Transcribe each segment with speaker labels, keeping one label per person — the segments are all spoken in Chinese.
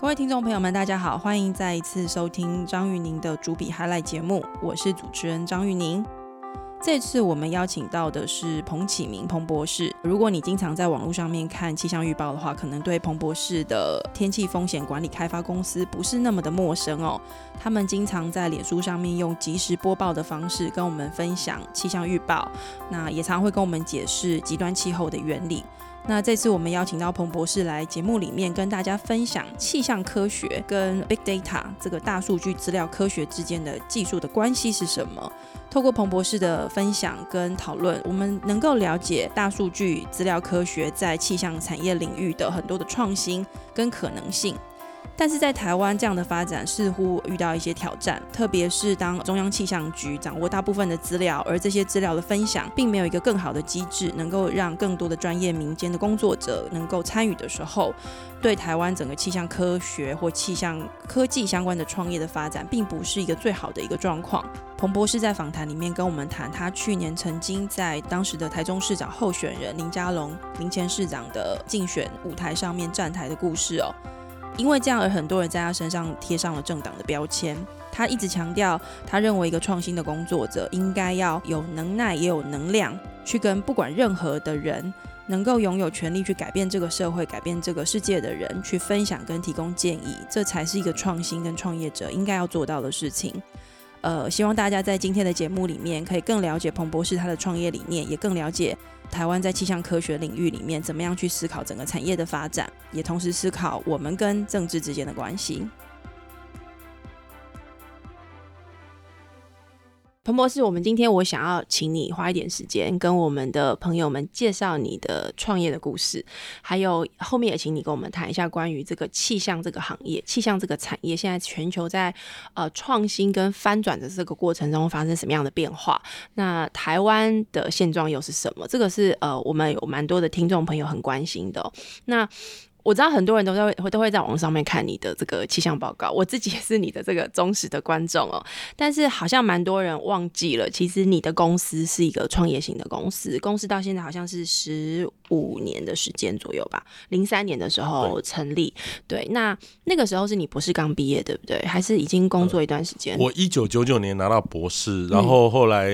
Speaker 1: 各位听众朋友们，大家好，欢迎再一次收听张玉宁的主笔 highlight 节目，我是主持人张玉宁。这次我们邀请到的是彭启明彭博士。如果你经常在网络上面看气象预报的话，可能对彭博士的天气风险管理开发公司不是那么的陌生哦。他们经常在脸书上面用即时播报的方式跟我们分享气象预报，那也常会跟我们解释极端气候的原理。那这次我们邀请到彭博士来节目里面跟大家分享气象科学跟 big data 这个大数据资料科学之间的技术的关系是什么。透过彭博士的分享跟讨论，我们能够了解大数据资料科学在气象产业领域的很多的创新跟可能性。但是在台湾这样的发展似乎遇到一些挑战，特别是当中央气象局掌握大部分的资料，而这些资料的分享并没有一个更好的机制，能够让更多的专业民间的工作者能够参与的时候，对台湾整个气象科学或气象科技相关的创业的发展，并不是一个最好的一个状况。彭博士在访谈里面跟我们谈，他去年曾经在当时的台中市长候选人林佳龙、林前市长的竞选舞台上面站台的故事哦。因为这样，而很多人在他身上贴上了政党的标签。他一直强调，他认为一个创新的工作者应该要有能耐，也有能量，去跟不管任何的人，能够拥有权利去改变这个社会、改变这个世界的人，去分享跟提供建议，这才是一个创新跟创业者应该要做到的事情。呃，希望大家在今天的节目里面可以更了解彭博士他的创业理念，也更了解台湾在气象科学领域里面怎么样去思考整个产业的发展，也同时思考我们跟政治之间的关系。彭博士，我们今天我想要请你花一点时间跟我们的朋友们介绍你的创业的故事，还有后面也请你跟我们谈一下关于这个气象这个行业、气象这个产业现在全球在呃创新跟翻转的这个过程中发生什么样的变化？那台湾的现状又是什么？这个是呃我们有蛮多的听众朋友很关心的哦、那我知道很多人都在会都会在网上面看你的这个气象报告，我自己也是你的这个忠实的观众哦。但是好像蛮多人忘记了，其实你的公司是一个创业型的公司，公司到现在好像是十五年的时间左右吧，零三年的时候成立。对，那那个时候是你博士刚毕业，对不对？还是已经工作一段时间？
Speaker 2: 我一九九九年拿到博士，然后后来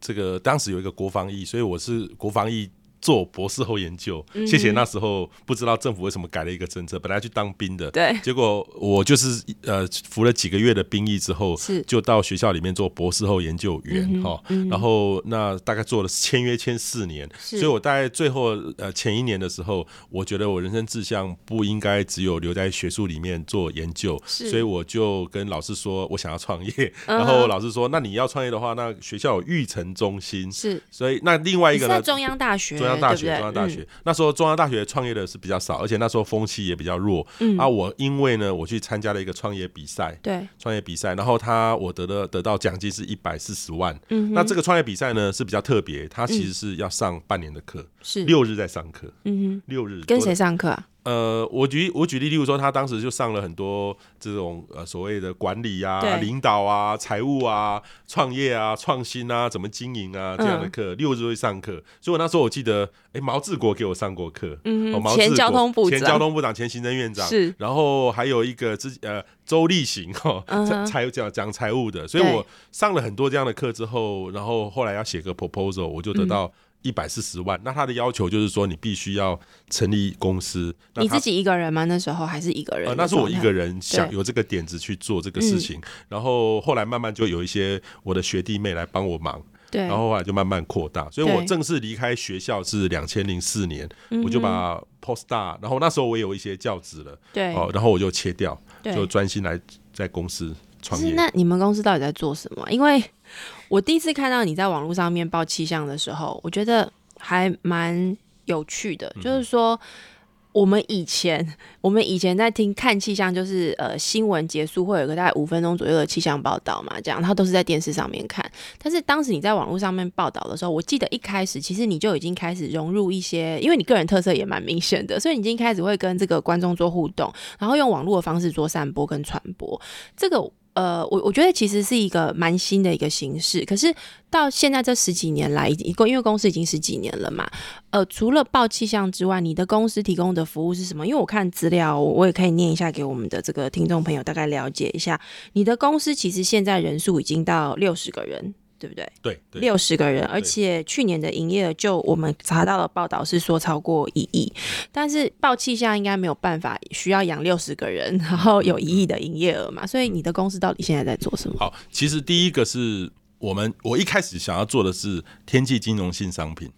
Speaker 2: 这个当时有一个国防役，所以我是国防役做博士后研究。谢谢那时候不知道政府为什么改了一个政策，本来去当兵的，
Speaker 1: 对
Speaker 2: 结果我就是呃服了几个月的兵役之后
Speaker 1: 是，嗯
Speaker 2: 就到学校里面做博士后研究员哈、然后那大概做了签约签四年，
Speaker 1: 是
Speaker 2: 所以我大概最后呃前一年的时候，我觉得我人生志向不应该只有留在学术里面做研究，
Speaker 1: 是嗯
Speaker 2: 所以我就跟老师说我想要创业，然后老师说那你要创业的话，那学校有育成中心，
Speaker 1: 是，
Speaker 2: 所以那另外
Speaker 1: 你
Speaker 2: 一
Speaker 1: 是
Speaker 2: 个
Speaker 1: 在
Speaker 2: 呢？
Speaker 1: 中央大学，
Speaker 2: 中央大
Speaker 1: 对不
Speaker 2: 学，
Speaker 1: 对嗯
Speaker 2: 中央大学、，那时候中央大学创业的是比较少，而且那时候风气也比较弱。
Speaker 1: 嗯，
Speaker 2: 啊，
Speaker 1: 嗯
Speaker 2: 我因为呢，我去参加了一个创业比赛，
Speaker 1: 对，
Speaker 2: 创业比赛，然后他我得了得到奖金是一百四十万。
Speaker 1: 嗯哼，嗯
Speaker 2: 那这个创业比赛呢是比较特别，它其实是要上半年的课，
Speaker 1: 是，
Speaker 2: 六日在上课，
Speaker 1: 嗯哼，
Speaker 2: 六日
Speaker 1: 跟
Speaker 2: 多
Speaker 1: 谁上课啊？
Speaker 2: 呃，我举我举例，例如说，他当时就上了很多这种呃所谓的管理
Speaker 1: 对
Speaker 2: 啊、领导啊、财务啊、创业啊、创新啊、怎么经营啊这
Speaker 1: 嗯
Speaker 2: 样的课，六日会上课。所以我那时候我记得，哎，毛志国给我上过课，
Speaker 1: 嗯
Speaker 2: 哦，毛
Speaker 1: 前
Speaker 2: 治
Speaker 1: 交
Speaker 2: 国
Speaker 1: 通部
Speaker 2: 前
Speaker 1: 长
Speaker 2: 交通部长、前行政院长，
Speaker 1: 是
Speaker 2: 然后还有一个之呃周立行哈
Speaker 1: 嗯哼，
Speaker 2: 财、讲讲财务的，所以
Speaker 1: 对
Speaker 2: 我上了很多这样的课之后，然后后来要写个 proposal，我就得
Speaker 1: 嗯
Speaker 2: 到一百四十万。那他的要求就是说，你必须要成立公司，那
Speaker 1: 你
Speaker 2: 他
Speaker 1: 自己一个人吗？那时候还是一个人？
Speaker 2: 呃，那是我一个
Speaker 1: 人。
Speaker 2: 人想
Speaker 1: 对嗯
Speaker 2: 有这个点子去做这个事情，然后后来慢慢就有一些我的学弟妹来帮我忙，
Speaker 1: 对，
Speaker 2: 然后后来就慢慢扩大，所以我
Speaker 1: 对嗯
Speaker 2: 正式离开学校是两千零四年，我就把 post star，然后那时候我也有一些教职了，
Speaker 1: 对，
Speaker 2: 哦，然后我就切掉，
Speaker 1: 对
Speaker 2: 就专心来在公司创
Speaker 1: 是
Speaker 2: 业。
Speaker 1: 那你们公司到底在做什么？因为我第一次看到你在网络上面报气象的时候，我觉得还蛮有趣
Speaker 2: 嗯
Speaker 1: 的，就是说。我们以前，我们以前在听看气象，就是呃新闻结束会有个大概五分钟左右的气象报道嘛，这样，然后都是在电视上面看。但是当时你在网络上面报道的时候，我记得一开始其实你就已经开始融入一些，因为你个人特色也蛮明显的，所以你已经开始会跟这个观众做互动，然后用网络的方式做散播跟传播。这个呃，我我觉得其实是一个蛮新的一个形式，可是到现在这十几年来，一共因为公司已经十几年了嘛，呃，除了报气象之外，你的公司提供的服务是什么？因为我看资料，我也可以念一下给我们的这个听众朋友大概了解一下，你的公司其实现在人数已经到六十个人，对不对？
Speaker 2: 对对，
Speaker 1: 六十个人，而且去年的营业额就我们查到的报道是说超过一亿，
Speaker 2: 嗯
Speaker 1: 但是报气象应该没有办法需要养六十个人，然后有一亿的营业额嘛，所以你的公司到底现在在做什么？
Speaker 2: 好，其实第一个是我们我一开始想要做的是天气金融性商品，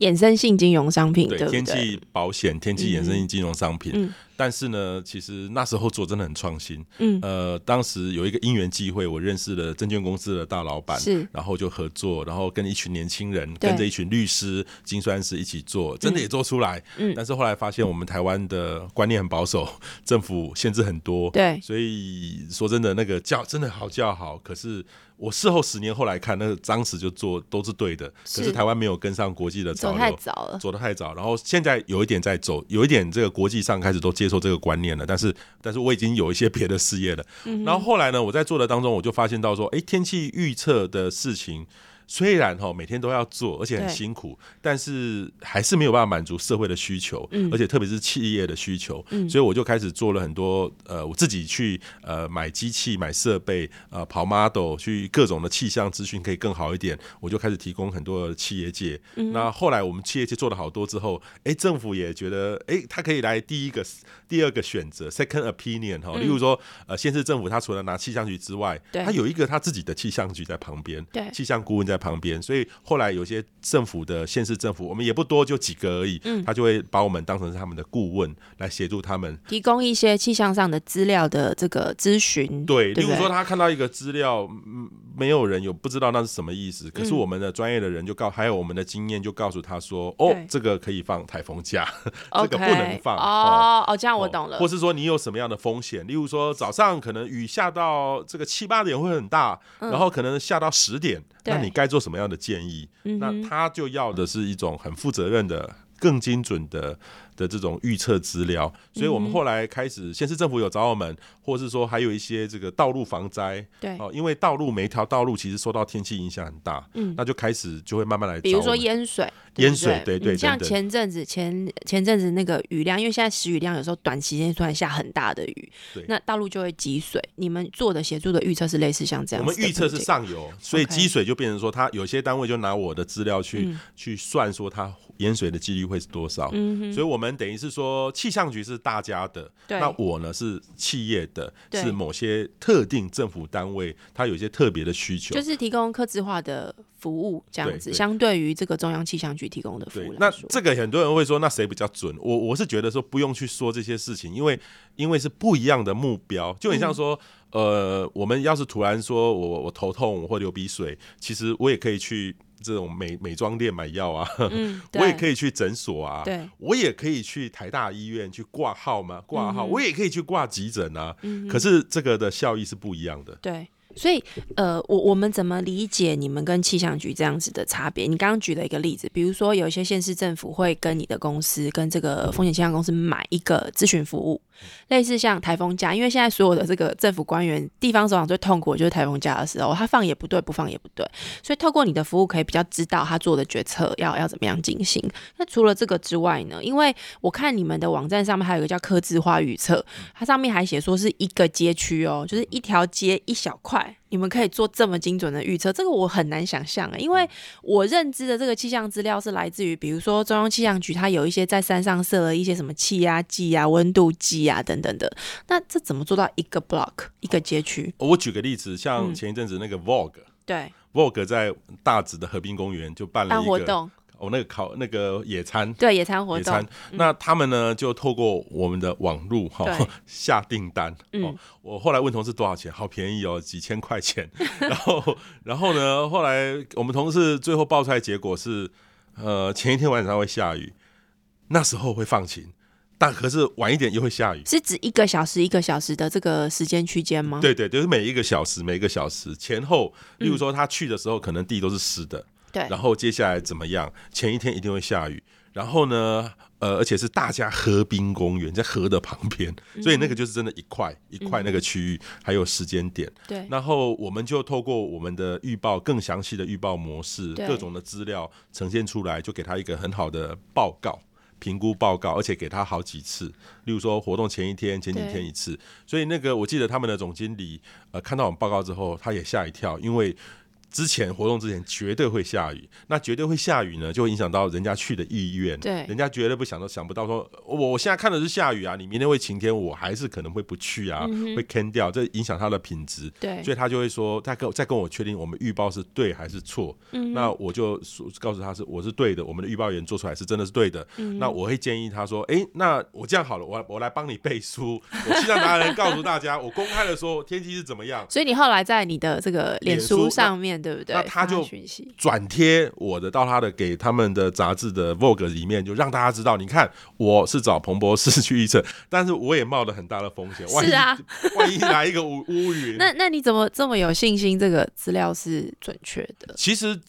Speaker 1: 衍生性金融商品，对不对？
Speaker 2: 天气保险、天气衍生性金融商品。
Speaker 1: 嗯
Speaker 2: 但是呢，其实那时候做真的很创新。
Speaker 1: 嗯
Speaker 2: 呃，当时有一个因缘际会，我认识了证券公司的大老板，
Speaker 1: 是
Speaker 2: 然后就合作，然后跟一群年轻人，
Speaker 1: 对
Speaker 2: 跟着一群律师、精算师一起做，真的也做出来。
Speaker 1: 嗯
Speaker 2: 但是后来发现我们台湾的观念很保守，政府限制很多。
Speaker 1: 对
Speaker 2: 所以说真的，那个叫真的好叫好，可是。我事后十年后来看，那个当时就做都是对的，
Speaker 1: 是
Speaker 2: 可是台湾没有跟上国际的潮
Speaker 1: 走
Speaker 2: 流，
Speaker 1: 太早了，
Speaker 2: 走得太早，然后现在有一点在走，有一点这个国际上开始都接受这个观念了，但是但是我已经有一些别的事业了。
Speaker 1: 嗯
Speaker 2: 然后后来呢，我在做的当中，我就发现到说，诶，天气预测的事情。虽然哈每天都要做，而且很
Speaker 1: 对
Speaker 2: 辛苦，但是还是没有办法满足社会的需求，
Speaker 1: 嗯
Speaker 2: 而且特别是企业的需求，所以我就开始做了很多呃，我自己去呃买机器、买设备，呃跑 model 去各种的气象资讯可以更好一点，我就开始提供很多的企业界。
Speaker 1: 嗯
Speaker 2: 那后来我们企业界做的好多之后，哎、政府也觉得哎、诶他可以来第一个、第二个选择 second opinion 哈，例如说呃，县市政府他除了拿气象局之外，
Speaker 1: 嗯对
Speaker 2: 他有一个他自己的气象局在旁边，
Speaker 1: 对
Speaker 2: 气象顾问在旁边，所以后来有些政府的县市政府，我们也不多，就几个而已，
Speaker 1: 嗯
Speaker 2: 他就会把我们当成是他们的顾问来协助他们
Speaker 1: 提供一些气象上的资料的这个咨询，
Speaker 2: 对，
Speaker 1: 对
Speaker 2: 例
Speaker 1: 不
Speaker 2: 如
Speaker 1: 对
Speaker 2: 说他看到一个资料，嗯，没有人有不知道那是什么意思，可是
Speaker 1: 嗯
Speaker 2: 我们的专业的人就告，还有我们的经验就告诉他说，哦
Speaker 1: 对，
Speaker 2: 这个可以放台风假，这
Speaker 1: OK，
Speaker 2: 个不能放
Speaker 1: 哦哦，这样我懂了
Speaker 2: 或，是说你有什么样的风险？例如说早上可能雨下到这个七八点会很大，然后可能下到十点，
Speaker 1: 嗯对嗯
Speaker 2: 那你该做什么样的建议？那他就要的是一种很负责任的。更精准的的这种预测资料，所以我们后来开始，县市政府有找我们，或是说还有一些这个道路防灾，
Speaker 1: 对，
Speaker 2: 哦，因为道路每一条道路其实受到天气影响很大，
Speaker 1: 嗯
Speaker 2: 那就开始就会慢慢来找我们。
Speaker 1: 比如说淹水，对
Speaker 2: 淹
Speaker 1: 不
Speaker 2: 水对对
Speaker 1: 嗯像
Speaker 2: 等等
Speaker 1: 前阵子前前阵子那个雨量，因为现在时雨量有时候短期间突然下很大的雨
Speaker 2: 对，
Speaker 1: 那道路就会积水。你们做的协助的预测是类似像这样
Speaker 2: 我
Speaker 1: 子的布景，
Speaker 2: 们预测是上游，所以
Speaker 1: OK
Speaker 2: 积水就变成说，它有些单位就拿我的资料去、
Speaker 1: 嗯
Speaker 2: 去算说它淹水的几率会是多少。所以我们等于是说，气象局是大家的，
Speaker 1: 对
Speaker 2: 那我呢是企业的，
Speaker 1: 对
Speaker 2: 是某些特定政府单位，它有一些特别的需求。
Speaker 1: 就是提供客制化的服务这样
Speaker 2: 对
Speaker 1: 子，
Speaker 2: 对
Speaker 1: 相对于这个中央气象局提供的服
Speaker 2: 对
Speaker 1: 务来，
Speaker 2: 那
Speaker 1: 说
Speaker 2: 这个很多人会说，那谁比较准？我我是觉得说不用去说这些事情，因为因为是不一样的目标，就很像说，
Speaker 1: 嗯
Speaker 2: 呃，我们要是突然说我我我头痛或流鼻水，其实我也可以去这种美美妆店买 药啊，
Speaker 1: 嗯，
Speaker 2: 我也可
Speaker 1: 以
Speaker 2: 以去诊所啊，
Speaker 1: 对，
Speaker 2: 我也可以去台大医院去挂号嘛，挂号，
Speaker 1: 嗯哼嗯
Speaker 2: 我也可以去挂急诊啊，可是这个的效益是不一样的。
Speaker 1: 对。所以，呃，我我们怎么理解你们跟气象局这样子的差别？你刚刚举了一个例子，比如说有一些县市政府会跟你的公司、跟这个风险气象公司买一个咨询服务，类似像台风假，因为现在所有的这个政府官员、地方首长最痛苦的就是台风假的时候，他放也不对，不放也不对，所以透过你的服务可以比较知道他做的决策要要怎么样进行。那除了这个之外呢？因为我看你们的网站上面还有一个叫科智化预测，它上面还写说是一个街区哦，就是一条街一小块，你们可以做这么精准的预测，这个我很难想象啊，因为我认知的这个气象资料是来自于，比如说中央气象局它有一些在山上设了一些什么气压计啊、温度计啊等等的，那这怎么做到一个 block 一个街区？
Speaker 2: 我举个例子，像
Speaker 1: 嗯
Speaker 2: 前一阵子那个 Vogue。
Speaker 1: 对，
Speaker 2: Vogue 在大直的河滨公园就办了
Speaker 1: 办
Speaker 2: 呃一
Speaker 1: 活
Speaker 2: 个
Speaker 1: 动，
Speaker 2: 哦，那个烤那个野餐。
Speaker 1: 对，野餐活
Speaker 2: 野
Speaker 1: 动嗯
Speaker 2: 餐，，那他们呢就透过我们的网路哈、
Speaker 1: 对
Speaker 2: 下订单、哦
Speaker 1: 嗯。
Speaker 2: 我后来问同事多少钱，好便宜哦，几千块钱。 然后，然后呢，后来我们同事最后报出来结果是，呃，前一天晚上会下雨，那时候会放晴，但可是晚一点又会下雨。
Speaker 1: 是指一个小时一个小时的这个时间区间吗？嗯
Speaker 2: 对对，就是每一个小时，每一个小时前后，例如说他去的时候，可能地都是湿的，
Speaker 1: 对
Speaker 2: 然后接下来怎么样？前一天一定会下雨，然后呢，呃，而且是大家河滨公园，在河的旁边，所以那个就是真的一块一块那个区域，还有时间点。
Speaker 1: 对，
Speaker 2: 然后我们就透过我们的预报更详细的预报模式，
Speaker 1: 对
Speaker 2: 各种的资料呈现出来，就给他一个很好的报告。评估报告，而且给他好几次，例如说活动前一天、前几天一次。所以那个我记得他们的总经理呃看到我们报告之后，他也吓一跳，因为之前活动之前绝对会下雨，那绝对会下雨呢，就会影响到人家去的意愿。
Speaker 1: 对
Speaker 2: 人家绝对不想都想不到说，我我现在看的是下雨啊，你明天会晴天，我还是可能会不去啊，
Speaker 1: 嗯
Speaker 2: 会坑掉，这影响他的品质。
Speaker 1: 对
Speaker 2: 所以他就会说，他跟再跟我确定我们预报是对还是错。
Speaker 1: 嗯
Speaker 2: 那我就说告诉他是我是对的，我们的预报员做出来是真的是对的。
Speaker 1: 嗯
Speaker 2: 那我会建议他说，诶，那我这样好了，我我来帮你背 书，我气象达人告诉大家，我公开的说天气是怎么样。
Speaker 1: 所以你后来在你的这个脸
Speaker 2: 脸
Speaker 1: 书
Speaker 2: 书
Speaker 1: 上面，对不对？
Speaker 2: 那他
Speaker 1: 发
Speaker 2: 就
Speaker 1: 讯息，
Speaker 2: 转贴我的到他的给他们的杂志的 Vogue 里面，就让大家知道，你看我是找彭博士去预测， 但是我也冒了很大的风险，万一
Speaker 1: 是啊
Speaker 2: 万一 来一个乌乌云，
Speaker 1: 那那你怎么这么有信心？这个资料是准确的？
Speaker 2: 其实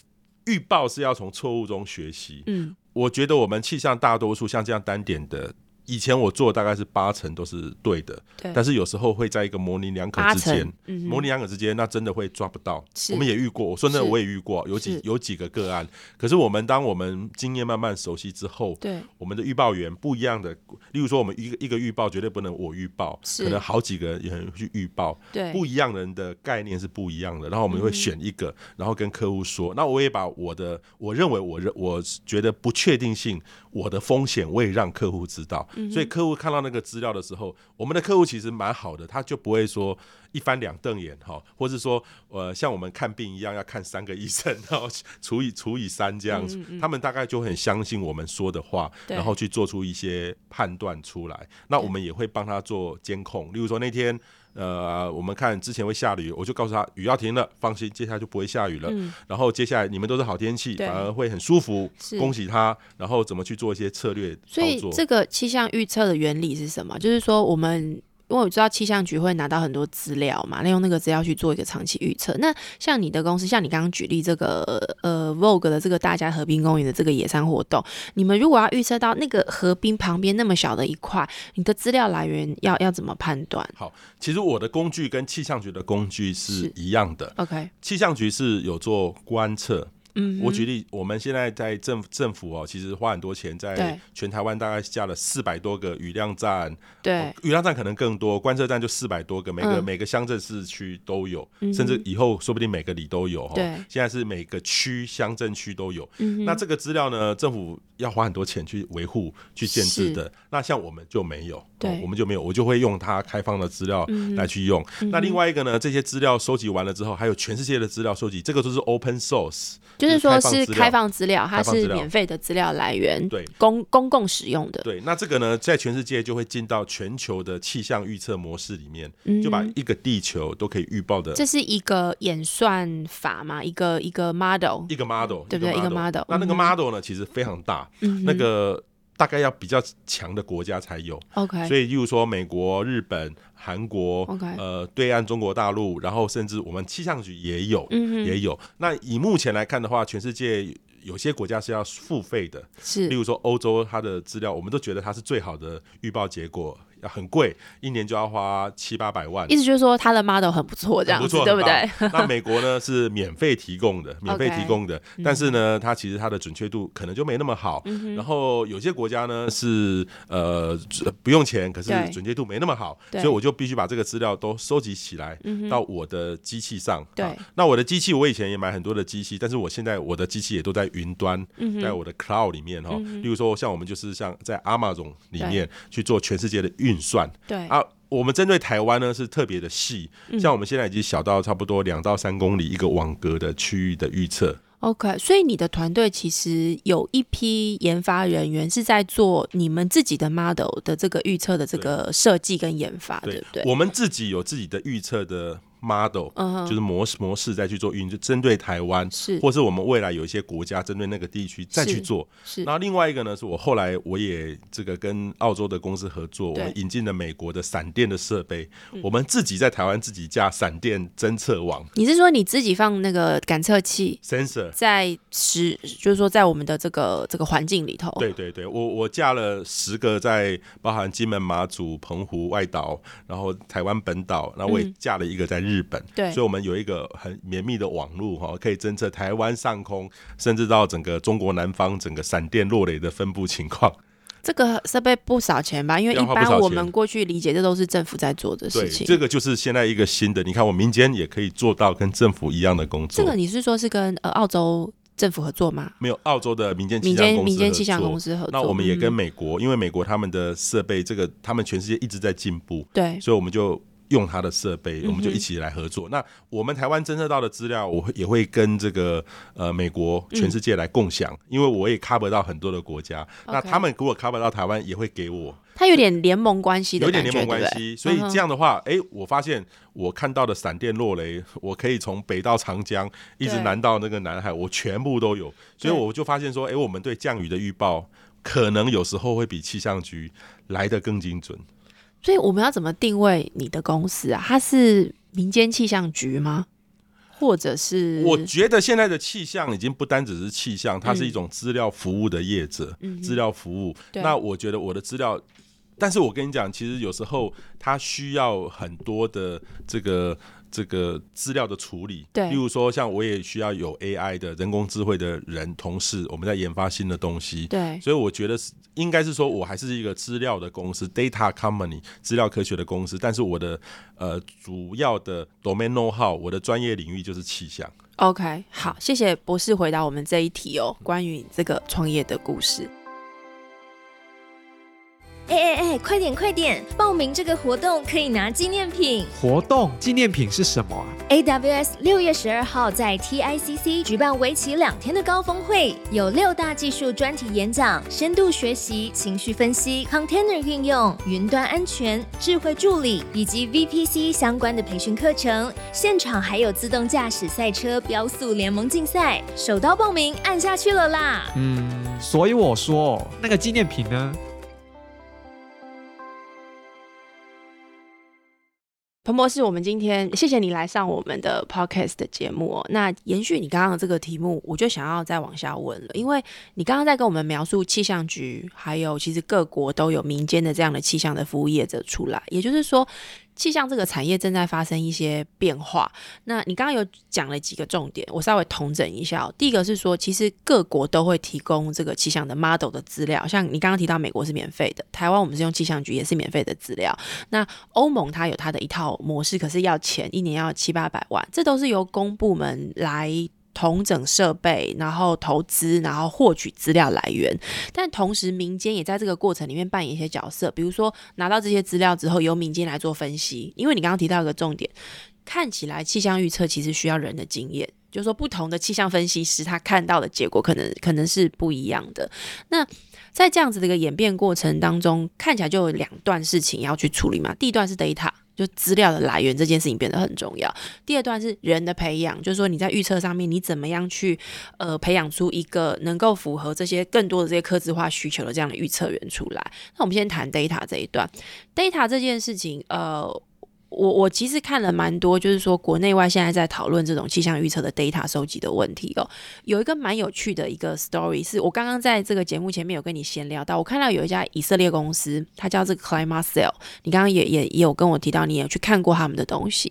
Speaker 2: 预报是要从错误中学习。
Speaker 1: 嗯，
Speaker 2: 我觉得我们气象大多数像这样单点的，以前我做大概是八成都是对的，
Speaker 1: 对，
Speaker 2: 但是有时候会在一个模棱两可
Speaker 1: 八
Speaker 2: 之
Speaker 1: 成
Speaker 2: 间，，
Speaker 1: 嗯哼
Speaker 2: 模棱两可之间，那真的会抓不到
Speaker 1: 是。
Speaker 2: 我们也遇过，我说那
Speaker 1: 是
Speaker 2: 我也遇过，有几
Speaker 1: 是
Speaker 2: 有几个个案。可是我们当我们经验慢慢熟悉之后，
Speaker 1: 对
Speaker 2: 我们的预报员不一样的，例如说我们一个一个预报绝对不能我预报，
Speaker 1: 是
Speaker 2: 可能好几个人去预报，
Speaker 1: 对，
Speaker 2: 不一样人的概念是不一样的，然后我们会选一
Speaker 1: 嗯
Speaker 2: 个，然后跟客户说。那我也把我的我认为我认我觉得不确定性，我的风险我也让客户知道。
Speaker 1: 嗯
Speaker 2: 所以客户看到那个资料的时候，我们的客户其实蛮好的，他就不会说一翻两瞪眼哈，或是说呃像我们看病一样要看三个医生，然后除以 除以三这样子，他们大概就很相信我们说的话，
Speaker 1: 嗯对
Speaker 2: 然后去做出一些判断出来。那我们也会帮他做监控，例如说那天。呃，我们看之前会下雨，我就告诉他雨要停了，放心，接下来就不会下雨了。然后接下来你们都是好天气，
Speaker 1: 嗯对
Speaker 2: 反而会很舒服
Speaker 1: 是，
Speaker 2: 恭喜他。然后怎么去做一些策略
Speaker 1: 所
Speaker 2: 操
Speaker 1: 以
Speaker 2: 作？
Speaker 1: 这个气象预测的原理是什么？就是说，我们因为我知道气象局会拿到很多资料嘛，那用那个资料去做一个长期预测。那像你的公司，像你刚刚举例这个呃 Vogue 的这个大家河滨公园的这个野餐活动，你们如果要预测到那个河滨旁边那么小的一块，你的资料来源要要怎么判断
Speaker 2: 其实我的工具跟气象局的工具
Speaker 1: 是
Speaker 2: 是一样的，
Speaker 1: ？OK，
Speaker 2: 气象局是有做观测。
Speaker 1: 嗯哼，
Speaker 2: 我举例，我们现在在政政府哦，其实花很多钱
Speaker 1: 对
Speaker 2: 在全台湾大概架了四百多个雨量站，
Speaker 1: 对
Speaker 2: 哦雨量站可能更多，观测站就四百多个，每个、
Speaker 1: 嗯
Speaker 2: 每个乡镇市区都有，
Speaker 1: 嗯哼
Speaker 2: 甚至以后说不定每个里都有哈。哦
Speaker 1: 对嗯
Speaker 2: 现在是每个区乡镇区都有。那这个资料呢，政府要花很多钱去维护、去建制的。那像我们就没有，
Speaker 1: 对嗯
Speaker 2: 哦我们就没有，我就会用它开放的资料来去用。那另外一个呢，这些资料收集完了之后，还有全世界的资料收集，这个都是 open source。
Speaker 1: 就是说是
Speaker 2: 就是
Speaker 1: 开
Speaker 2: 开
Speaker 1: 放资料，它
Speaker 2: 开放资
Speaker 1: 是
Speaker 2: 料
Speaker 1: 免费的资料来源，
Speaker 2: 对
Speaker 1: 公公共使用的，
Speaker 2: 对，那这个呢，在全世界就会进到全球的气象预测模式里面，就把一个地球都可以预报的
Speaker 1: 嗯这是一个演算法嘛，一个一个 model，
Speaker 2: 一个 model，
Speaker 1: 对不对一个 model
Speaker 2: 那那个
Speaker 1: 嗯
Speaker 2: model 呢，其实非常大，那个大概要比较强的国家才有。
Speaker 1: OK，
Speaker 2: 所以，例如说美国、日本、韩国
Speaker 1: 哎 OK
Speaker 2: 呃，对岸中国大陆，然后甚至我们气象局也有，
Speaker 1: 嗯哼
Speaker 2: 也有。那以目前来看的话，全世界有些国家是要付费的，例
Speaker 1: 是
Speaker 2: 如说欧洲，它的资料我们都觉得它是最好的预报结果，要很贵，一年就要花七八百万
Speaker 1: 意。思就是说他的 model 很不错，这样
Speaker 2: 很
Speaker 1: 子
Speaker 2: 错
Speaker 1: 对不对？？
Speaker 2: 很棒那美国呢是免费提供 的，免费
Speaker 1: OK 嗯
Speaker 2: 提供的，但是呢，它其实它的准确度可能就没那么好。然后有些国家呢是呃不用钱，可是
Speaker 1: 对
Speaker 2: 准确度没那么好，
Speaker 1: 对嗯
Speaker 2: 所以我就必须把这个资料都收集起来到我的机器上。
Speaker 1: 对
Speaker 2: 啊那我的机器我以前也买很多的机器，但是我现在我的机器也都在云端，
Speaker 1: 嗯
Speaker 2: 在我的 cloud 里面哈。例如说像我们就是像在 Amazon 里面去做全世界的运算，
Speaker 1: 对，
Speaker 2: 啊，我们针对台湾呢是特别的细，
Speaker 1: 嗯
Speaker 2: 像我们现在已经小到差不多两到三公里一个网格的区域的预测。
Speaker 1: OK，所以你的团队其实有一批研发人员是在做你们自己的 model 啊的这个预测的这个设计跟研发，对不对？嗯
Speaker 2: 我们自己有自己的预测的 model，、就是模式模式再去做运，就针对台湾，
Speaker 1: 是
Speaker 2: 或是我们未来有一些国家针对那个地区再去做。
Speaker 1: 是
Speaker 2: 然后另外一个呢，是我后来我也这个跟澳洲的公司合作，我们引进了美国的闪电的设备，
Speaker 1: 嗯
Speaker 2: 我们自己在台湾自己架闪电侦测网
Speaker 1: 你是说你自己放那个感测器
Speaker 2: sensor。
Speaker 1: 在实，就是说在我们的这个这个环境里头，
Speaker 2: 对对对，我我架了十个在包含金门、马祖、澎湖、外岛，然后台湾本岛，然后我也架了一个在日本，
Speaker 1: 嗯对
Speaker 2: 所以我们有一个很绵密的网路哈，可以侦测台湾上空，甚至到整个中国南方整个闪电落雷的分布情况。
Speaker 1: 这个设备不少钱吧？因为
Speaker 2: 要
Speaker 1: 一
Speaker 2: 花不
Speaker 1: 般
Speaker 2: 少
Speaker 1: 我
Speaker 2: 钱
Speaker 1: 们过去理解这都是政府在做的
Speaker 2: 对，
Speaker 1: 事情。
Speaker 2: 这个就是现在一个新的，你看我民间也可以做到跟政府一样的工
Speaker 1: 这
Speaker 2: 作。
Speaker 1: 个你是说是跟呃澳洲政府合作吗？
Speaker 2: 没有澳洲的民间气
Speaker 1: 民
Speaker 2: 象公
Speaker 1: 间
Speaker 2: 司
Speaker 1: 民间
Speaker 2: 合
Speaker 1: 气象
Speaker 2: 作
Speaker 1: 公司合作，
Speaker 2: 那我们也
Speaker 1: 嗯
Speaker 2: 跟美国，因为美国他们的设备，这个他们全世界一直在进步，
Speaker 1: 对
Speaker 2: 所以我们就用它的设备，我们就
Speaker 1: 嗯哼
Speaker 2: 一起来合作。那我们台湾侦测到的资料，我会也会跟这个呃美国全世界来共享，因为我也 cover 到很多的国家，那
Speaker 1: 嗯 OK
Speaker 2: 他们如果 cover 到台湾，也会给我，
Speaker 1: 它有点联盟关系的
Speaker 2: 有
Speaker 1: 感
Speaker 2: 点
Speaker 1: 觉，
Speaker 2: 联盟
Speaker 1: 对
Speaker 2: 关
Speaker 1: 不对
Speaker 2: 系。所以
Speaker 1: 嗯哼
Speaker 2: 这样的话，哎、我发现我看到的闪电落雷，我可以从北到长江，一直
Speaker 1: 对
Speaker 2: 南到那个南海，我全部都有。所
Speaker 1: 对
Speaker 2: 以我就发现说，哎、我们对降雨的预报。可能有时候会比气象局来得更精准。
Speaker 1: 所以我们要怎么定位你的公司啊？它是民间气象局吗？或者是
Speaker 2: 我觉得现在的气象已经不单只是气象，它是一种资料服务的业者，资料服务。
Speaker 1: 嗯对
Speaker 2: 那我觉得我的资料，但是我跟你讲，其实有时候它需要很多的这个。这个资料的处理，
Speaker 1: 对
Speaker 2: 例如说像我也需要有 AI 的人工智慧的人同事，我们在研发新的东西，
Speaker 1: 对
Speaker 2: 所以我觉得是应该是说，我还是一个资料的公司，data company，资料科学的公司。但是我的呃主要的 domain know how，我的专业领域就是气象。
Speaker 1: OK 好，谢谢博士回答我们这一题哦，关于这个创业的故事。
Speaker 3: 哎哎哎，快点快点，报名这个活动可以拿纪念品。
Speaker 4: 活动纪念品是什么啊？
Speaker 3: AWS 六月十二号在 TICC 举办为期两天的高峰会，有六大技术专题演讲、深度学习、情绪分析、Container 运用、云端安全、智慧助理以及 VPC 相关的培训课程。现场还有自动驾驶赛车、标速联盟竞赛，手刀报名按下去了啦！
Speaker 4: 嗯，所以我说那个纪念品呢？
Speaker 1: 彭博士，我们今天谢谢你来上我们的 podcast 的节目哦。那延续你刚刚的这个题目，我就想要再往下问了，因为你刚刚在跟我们描述气象局，还有其实各国都有民间的这样的气象的服务业者出来，也就是说，气象这个产业正在发生一些变化。那你刚刚有讲了几个重点，我稍微统整一下、哦。第一个是说，其实各国都会提供这个气象的 model 的资料，像你刚刚提到美国是免费的，台湾我们是用气象局也是免费的资料。那欧盟它有它的一套模式，可是要钱，一年要七八百万，这都是由公部门来。统整设备，然后投资，然后获取资料来源，但同时民间也在这个过程里面扮演一些角色，比如说拿到这些资料之后，由民间来做分析。因为你刚刚提到一个重点，看起来气象预测其实需要人的经验，就是说不同的气象分析师他看到的结果可能可能是不一样的。那在这样子的一个演变过程当中，看起来就有两段事情要去处理嘛。第一段是 data，就资料的来源这件事情变得很重要。第二段是人的培养，就是说你在预测上面你怎么样去呃培养出一个能够符合这些更多的这些科技化需求的这样的预测员出来。那我们先谈 data 这一段，data 这件事情，呃。我我其实看了蛮多，就是说国内外现在在讨论这种气象预测的 data 收集的问题哦。有一个蛮有趣的一个 story，是我刚刚在这个节目前面有跟你闲聊到，我看到有一家以色列公司，它叫这个 Climacell，你刚刚也也也有跟我提到，你也去看过他们的东西。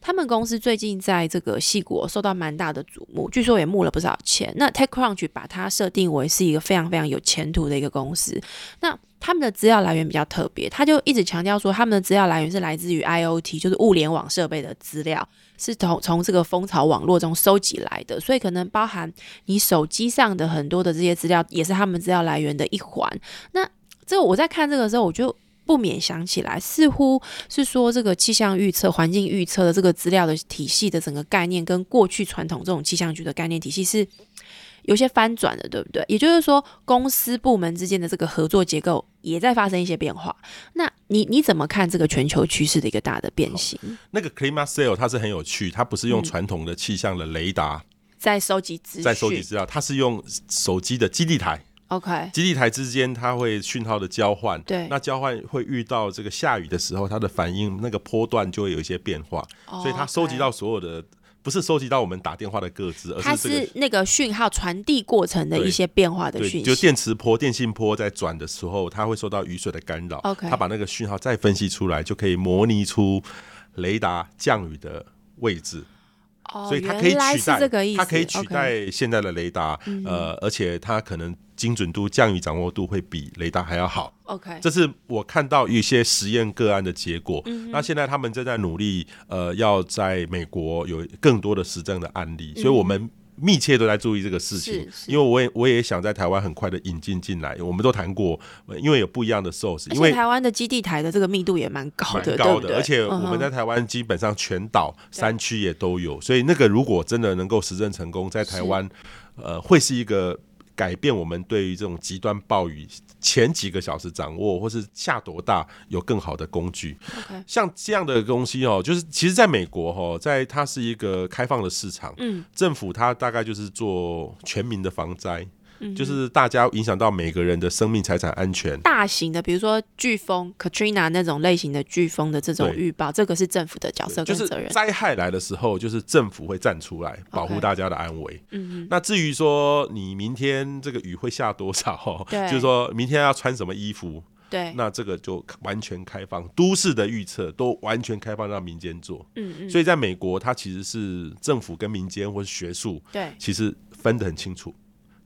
Speaker 1: 他们公司最近在这个戏国受到蛮大的瞩目，据说也募了不少钱。那 TechCrunch 把它设定为是一个非常非常有前途的一个公司。那他们的资料来源比较特别，他就一直强调说，他们的资料来源是来自于 IOT，就是物联网设备的资料，是从从这个蜂巢网络中收集来的，所以可能包含你手机上的很多的这些资料，也是他们资料来源的一环。那这个我在看这个时候，我就不免想起来，似乎是说这个气象预测、环境预测的这个资料的体系的整个概念，跟过去传统这种气象局的概念体系是有些翻转了，对不对？也就是说，公司部门之间的这个合作结构也在发生一些变化。那你你怎么看这个全球趋势的一个大的变形？
Speaker 2: 那个 Clima Cell 它是很有趣，它不是用
Speaker 1: 嗯
Speaker 2: 传统的气象的雷达
Speaker 1: 在收集资讯，
Speaker 2: 在收集资料，它是用手机的基地台。
Speaker 1: OK，
Speaker 2: 基地台之间它会讯号的交换，
Speaker 1: 对
Speaker 2: 那交换会遇到这个下雨的时候，它的反应那个波段就会有一些变化，
Speaker 1: 哦
Speaker 2: 所以它收集到所有的。不是收集到我们打电话的各自，而
Speaker 1: 它
Speaker 2: 是这
Speaker 1: 是
Speaker 2: 个
Speaker 1: 那个讯号传递过程的一些变化的
Speaker 2: 对，
Speaker 1: 讯
Speaker 2: 就
Speaker 1: 息。
Speaker 2: 电磁波、电信波在转的时候，它会受到雨水的干扰。
Speaker 1: OK
Speaker 2: 它把那个讯号再分析出来，就可以模拟出雷达降雨的位置，
Speaker 1: 哦，
Speaker 2: 所以它可以
Speaker 1: 原来
Speaker 2: 取
Speaker 1: 是
Speaker 2: 代，
Speaker 1: 这个意思，
Speaker 2: 它可以取
Speaker 1: OK。嗯
Speaker 2: 代现在的雷达，呃，而且它可能精准度、降雨掌握度会比雷达还要好。
Speaker 1: OK，
Speaker 2: 这是我看到一些实验个案的结果。
Speaker 1: 嗯
Speaker 2: 那现在他们正在努力，呃，要在美国有更多的实证的案例，所以我们。密切都在注意这个事情
Speaker 1: 是，嗯是
Speaker 2: 因为我也我也想在台湾很快的引进进来。我们都谈过，呃因为有不一样的 source，
Speaker 1: 而
Speaker 2: 因为
Speaker 1: 且台湾的基地台的这个密度也蛮高的，
Speaker 2: 蛮高
Speaker 1: 对不对？
Speaker 2: 而且我
Speaker 1: 嗯哼
Speaker 2: 们在台湾基本上全岛山区也都有，所以那个如果真的能够实证成功，在台湾，呃，会是一个。改变我们对于这种极端暴雨前几个小时掌握，或是下多大有更好的工具。
Speaker 1: OK
Speaker 2: 像这样的东西哦，就是其实在美国哦，在它是一个开放的市场，
Speaker 1: 嗯，
Speaker 2: 政府它大概就是做全民的防灾，
Speaker 1: 嗯
Speaker 2: 就是大家影响到每个人的生命财产安全，
Speaker 1: 大型的，比如说飓风 Katrina 那种类型的飓风的这种
Speaker 2: 对
Speaker 1: 预报，这个是政府的角色
Speaker 2: 就
Speaker 1: 哦跟
Speaker 2: 是
Speaker 1: 责任。
Speaker 2: 灾害来的时候，就是政府会站出来保护
Speaker 1: OK
Speaker 2: 大家的安危。
Speaker 1: 嗯
Speaker 2: 那至于说你明天这个雨会下多少，
Speaker 1: 对
Speaker 2: 就是说明天要穿什么衣服，
Speaker 1: 哼，对，
Speaker 2: 那这个就完全开放，都市的预测都完全开放让民间做。
Speaker 1: 嗯嗯，
Speaker 2: 所以在美国，它其实是政府跟民间或是学术
Speaker 1: 对，
Speaker 2: 其实分得很清楚。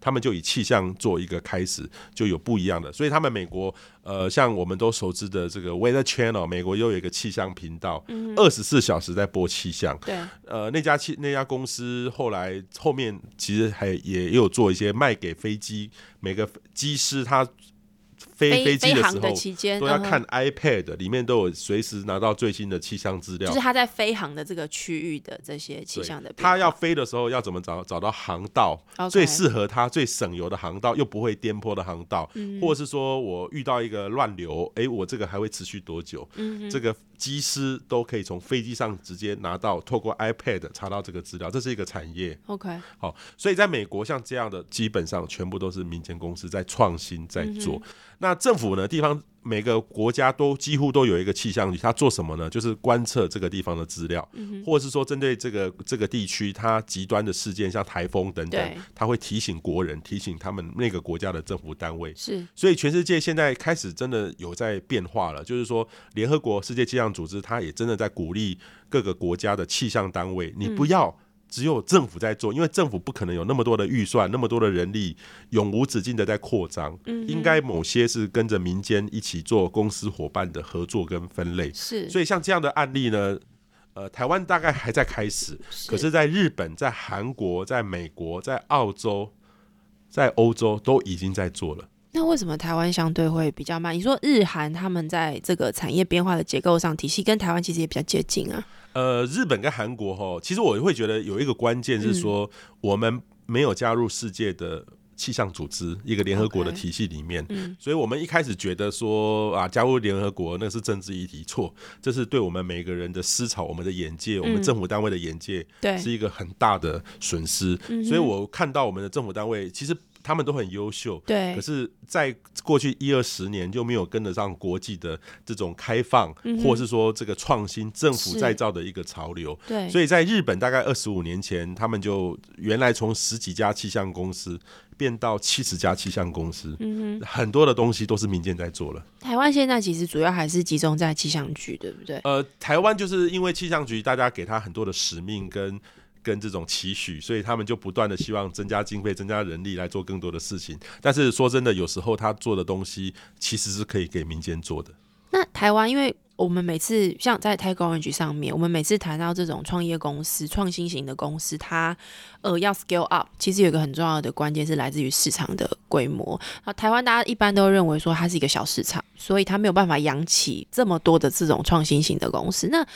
Speaker 2: 他们就以气象做一个开始，就有不一样的。所以他们美国，呃，像我们都熟知的这个 Weather Channel，美国又有一个气象频道，
Speaker 1: 嗯
Speaker 2: 二十四小时在播气象。
Speaker 1: 对，
Speaker 2: 呃，那家气那家公司后来后面其实还也也有做一些卖给飞机，每个机师他飞飞机
Speaker 1: 飞
Speaker 2: 的
Speaker 1: 航
Speaker 2: 时
Speaker 1: 的
Speaker 2: 候
Speaker 1: 期间
Speaker 2: 都要
Speaker 1: 嗯哼
Speaker 2: 看 iPad，里面都有随时拿到最新的气象资料
Speaker 1: 就是。他在飞航的这个区域的这些气
Speaker 2: 对
Speaker 1: 象的变化，
Speaker 2: 他要飞的时候要怎么找找到航道
Speaker 1: OK
Speaker 2: 最适合他最省油的航道，又不会颠簸的航道，
Speaker 1: 嗯
Speaker 2: 或者是说我遇到一个乱流，诶，我这个还会持续多久？
Speaker 1: 嗯
Speaker 2: 这个机师都可以从飞机上直接拿到，透过 iPad 查到这个资料，这是一个产业。
Speaker 1: OK，
Speaker 2: 好，所以在美国像这样的基本上全部都是民间公司在创新在做。那政府呢，地方每个国家都几乎都有一个气象局，它做什么呢？就是观测这个地方的资料，或者是说针对这个这个地区它极端的事件，像台风等等
Speaker 1: 对，
Speaker 2: 它会提醒国人，提醒他们那个国家的政府单位。
Speaker 1: 是
Speaker 2: 所以全世界现在开始真的有在变化了，就是说，联合国世界气象组织它也真的在鼓励各个国家的气象单位，你不要只有政府在做，因为政府不可能有那么多的预算、那么多的人力，永无止境的在扩张。应该某些是跟着民间一起做公司伙伴的合作跟分类。
Speaker 1: 是，
Speaker 2: 所以像这样的案例呢，呃，台湾大概还在开始，可是在日本、在韩国、在美国、在澳洲、在欧洲都已经在做了。
Speaker 1: 那为什么台湾相对会比较慢？你说日韩他们在这个产业变化的结构上，体系跟台湾其实也比较接近啊。
Speaker 2: 呃，日本跟韩国哈，其实我会觉得有一个关键是说，
Speaker 1: 嗯
Speaker 2: 我们没有加入世界的气象组织一个联合国的
Speaker 1: OK 嗯
Speaker 2: 体系里面所以我们一开始觉得说啊，加入联合国那是政治议题，错，这是对我们每个人的思潮、我们的眼界、我们政府单位的眼界，
Speaker 1: 嗯对嗯
Speaker 2: 是一个很大的损失。所以我看到我们的政府单位其实。他们都很优秀，
Speaker 1: 对
Speaker 2: 可是，在过去一二十年就没有跟得上国际的这种开放，或是说这个创新，政
Speaker 1: 嗯
Speaker 2: 府
Speaker 1: 是
Speaker 2: 再造的一个潮流。
Speaker 1: 对，
Speaker 2: 所以在日本，大概二十五年前，他们就原来从十几家气象公司变到七十家气象公司，很多的东西都是民间在做了。
Speaker 1: 嗯台湾现在其实主要还是集中在气象局，对不对？
Speaker 2: 呃，台湾就是因为气象局，大家给他很多的使命跟。跟这种期许，所以他们就不断的希望增加经费、增加人力来做更多的事情。但是说真的，有时候他做的东西其实是可以给民间做的。
Speaker 1: 那台湾，因为我们每次像在 Tech Orange 上面，我们每次谈到这种创业公司、创新型的公司，它呃要 scale up，其实有一个很重要的关键是来自于市场的规模。那台湾大家一般都认为说它是一个小市场，所以它没有办法养起这么多的这种创新型的公司。那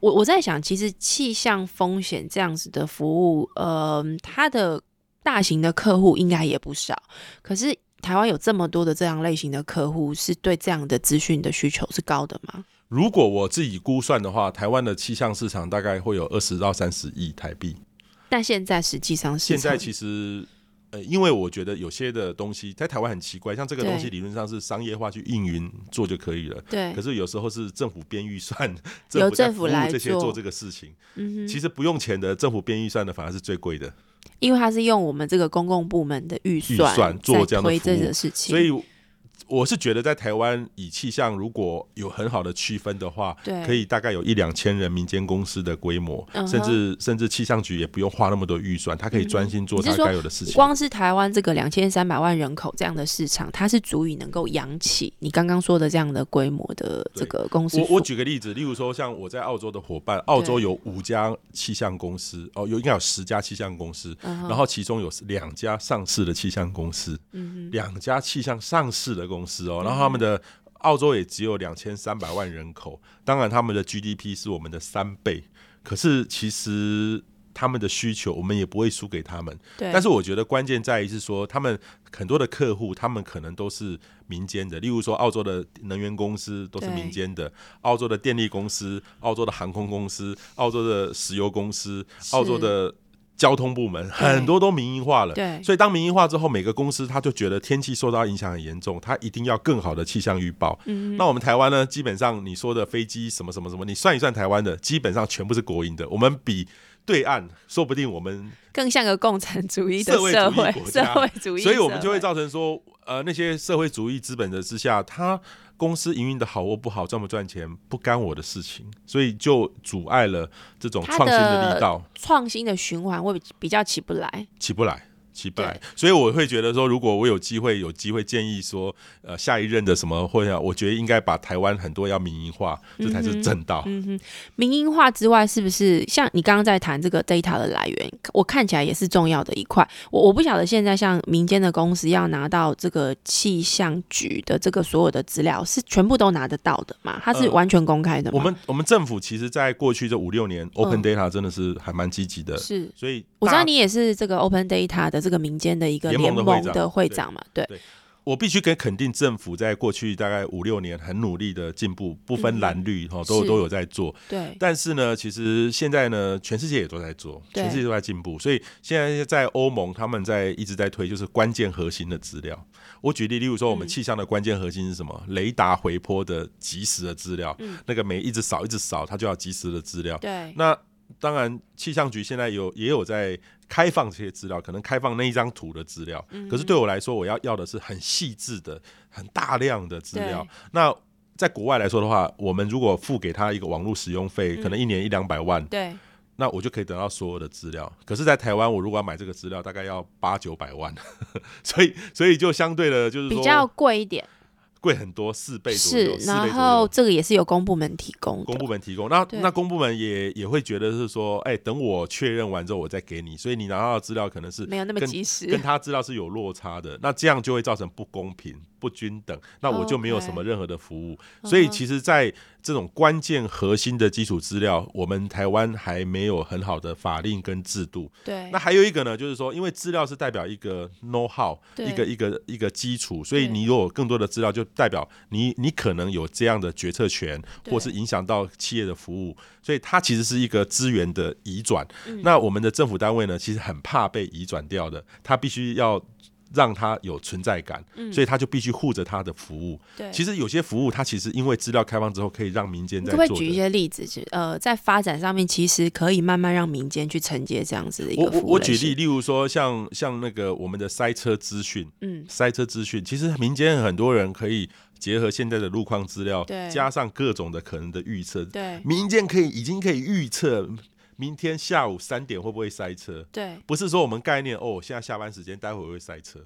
Speaker 1: 我我在想，其实气象风险这样子的服务，呃，它的大型的客户应该也不少，可是台湾有这么多的这样类型的客户，是对这样的资讯的需求是高的吗？
Speaker 2: 如果我自己估算的话，台湾的气象市场大概会有二十到三十亿台币。
Speaker 1: 但现在实际上是
Speaker 2: 现在其实，呃，因为我觉得有些的东西在台湾很奇怪，像这个东西理论上是商业化去运营做就可以了。
Speaker 1: 对
Speaker 2: 可，是有时候是政府编预算，
Speaker 1: 由
Speaker 2: 在
Speaker 1: 政府
Speaker 2: 服务
Speaker 1: 来
Speaker 2: 这些
Speaker 1: 做
Speaker 2: 做这个事情。
Speaker 1: 嗯哼，
Speaker 2: 其实不用钱的，政府编预算的反而是最贵的。
Speaker 1: 因为它是用我们这个公共部门的预算
Speaker 2: 预算做这样的
Speaker 1: 在推
Speaker 2: 服务
Speaker 1: 这个事情，
Speaker 2: 所以我是觉得在台湾以气象如果有很好的区分的话，
Speaker 1: 对
Speaker 2: 可以大概有一两千人民间公司的规模，
Speaker 1: 嗯哼
Speaker 2: 甚至甚至气象局也不用花那么多预算，它可以专心做
Speaker 1: 你是
Speaker 2: 它
Speaker 1: 说
Speaker 2: 该有的事情。
Speaker 1: 光是台湾这个两千三百万人口这样的市场，它是足以能够养起你刚刚说的这样的规模的这个公司
Speaker 2: 我我
Speaker 1: 数
Speaker 2: 举个例子，例如说像我在澳洲的伙伴，澳洲有五家气象公司，哦，有应该有十家气象公司，
Speaker 1: 嗯哼
Speaker 2: 然后其中有两家上市的气象公司，
Speaker 1: 嗯
Speaker 2: 两家气象上市的公司哦，然后他们的澳洲也只有两千三百万人口，当然他们的 GDP 是我们的三倍，可是其实。他们的需求，我们也不会输给他们。
Speaker 1: 对，
Speaker 2: 但是我觉得关键在于是说，他们很多的客户，他们可能都是民间的，例如说澳洲的能源公司都是
Speaker 1: 对
Speaker 2: 民间的，澳洲的电力公司、澳洲的航空公司、澳洲的石油公司、
Speaker 1: 是
Speaker 2: 澳洲的交通部门，很多都民营化了。
Speaker 1: 对
Speaker 2: 所以当民营化之后，每个公司他就觉得天气受到影响很严重，他一定要更好的气象预报。
Speaker 1: 嗯
Speaker 2: 那我们台湾呢，基本上你说的飞机什么什么什么，你算一算台湾的，基本上全部是国营的，我们比对岸说不定我们
Speaker 1: 更像个共产主义的
Speaker 2: 社会主
Speaker 1: 社
Speaker 2: 义
Speaker 1: 会
Speaker 2: 国
Speaker 1: 社
Speaker 2: 家
Speaker 1: 会主义社会，
Speaker 2: 所以我们就会造成说，呃，那些社会主义资本的之下，他公司营运的好或不好，赚不赚钱，不干我的事情，所以就阻碍了这种
Speaker 1: 它
Speaker 2: 创新
Speaker 1: 的
Speaker 2: 的力道
Speaker 1: 创新的循环会比比较起不来。
Speaker 2: 起不来。起不来
Speaker 1: 对，
Speaker 2: 所以我会觉得说，如果我有机会，有机会建议说，呃，下一任的什么会啊，我觉得应该把台湾很多要民营化，这才
Speaker 1: 嗯
Speaker 2: 是正道。
Speaker 1: 民营化之外，是不是像你刚刚在谈这个 data 的来源，我看起来也是重要的一块。我我不晓得现在像民间的公司要拿到这个气象局的这个所有的资料，是全部都拿得到的吗？它是
Speaker 2: 呃
Speaker 1: 完全公开的吗？
Speaker 2: 我们我们政府其实在过去这五六年，Open Data 真的是还蛮积极的，
Speaker 1: 嗯是
Speaker 2: 所以
Speaker 1: 我知
Speaker 2: 大
Speaker 1: 道你也是这个 Open Data 的这个民间的一个
Speaker 2: 联
Speaker 1: 联
Speaker 2: 盟的会
Speaker 1: 盟
Speaker 2: 长
Speaker 1: 的会长嘛，对，
Speaker 2: 我必须给肯定政府在过去大概五六年很努力的进步，不分蓝绿哈、哦都
Speaker 1: 嗯是
Speaker 2: 都有在做。
Speaker 1: 对，
Speaker 2: 但是呢，其实现在呢，全世界也都在做，
Speaker 1: 对
Speaker 2: 全世界都在进步。所以现在在欧盟，他们在一直在推就是关键核心的资料。我举例，例如说我们
Speaker 1: 嗯
Speaker 2: 气象的关键核心是什么？雷达回波的及时的资料，那个每一直扫一直扫，它就要及时的资料。
Speaker 1: 嗯对，
Speaker 2: 那当然，气象局现在有也有在开放这些资料，可能开放那一张图的资料。
Speaker 1: 嗯
Speaker 2: 可是对我来说，我要要的是很细致的、很大量的资料
Speaker 1: 对。
Speaker 2: 那在国外来说的话，我们如果付给他一个网络使用费，
Speaker 1: 嗯
Speaker 2: 可能一年一两百万，
Speaker 1: 对，
Speaker 2: 那我就可以得到所有的资料。可是，在台湾，我如果要买这个资料，大概要八九百万， 所以所以就相对的，就是
Speaker 1: 比较
Speaker 2: 说
Speaker 1: 贵一点
Speaker 2: 贵很多，四倍左
Speaker 1: 是
Speaker 2: 右，，四倍
Speaker 1: 然
Speaker 2: 左右
Speaker 1: 后。这个也是由公部门提供
Speaker 2: 公
Speaker 1: 的，
Speaker 2: 部门提供，那
Speaker 1: 对
Speaker 2: 那公部门也也会觉得是说，哎、等我确认完之后我再给你，所以你拿到的资料可能是
Speaker 1: 没有那么
Speaker 2: 跟
Speaker 1: 及时
Speaker 2: 跟，他资料是有落差的，那这样就会造成不公平、不均等，那我就没有什么任何的服务。所以其实，在这种关键核心的基础资料，我们台湾还没有很好的法令跟制度。
Speaker 1: 对
Speaker 2: 那，还有一个呢，就是说，因为资料是代表一个 know how，
Speaker 1: 对
Speaker 2: 一个一个一个基础，所以
Speaker 1: 对
Speaker 2: 你如果有更多的资料，就代表你你可能有这样的决策权，
Speaker 1: 对
Speaker 2: 或是影响到企业的服务，所以它其实是一个资源的移转。
Speaker 1: 嗯
Speaker 2: 那我们的政府单位呢，其实很怕被移转掉的，它必须要。让它有存在感，所以它就必须护着它的服务。
Speaker 1: 嗯对，
Speaker 2: 其实有些服务，它其实因为资料开放之后，可以让民间
Speaker 1: 你
Speaker 2: 在
Speaker 1: 可不
Speaker 2: 做
Speaker 1: 可
Speaker 2: 的。
Speaker 1: 以举一些例子？是呃，在发展上面，其实可以慢慢让民间去承接这样子的一
Speaker 2: 我
Speaker 1: 个
Speaker 2: 我
Speaker 1: 服务
Speaker 2: 我
Speaker 1: 类
Speaker 2: 举
Speaker 1: 型
Speaker 2: 例，，例如说像像那个我们的塞车资讯，
Speaker 1: 嗯，
Speaker 2: 塞车资讯，其实民间很多人可以结合现在的路况资料
Speaker 1: 对，
Speaker 2: 加上各种的可能的预测，
Speaker 1: 对
Speaker 2: 民间可以已经可以预测明天下午三点会不会塞车，
Speaker 1: 对
Speaker 2: 不是说我们概念哦，现在下班时间待会会塞车，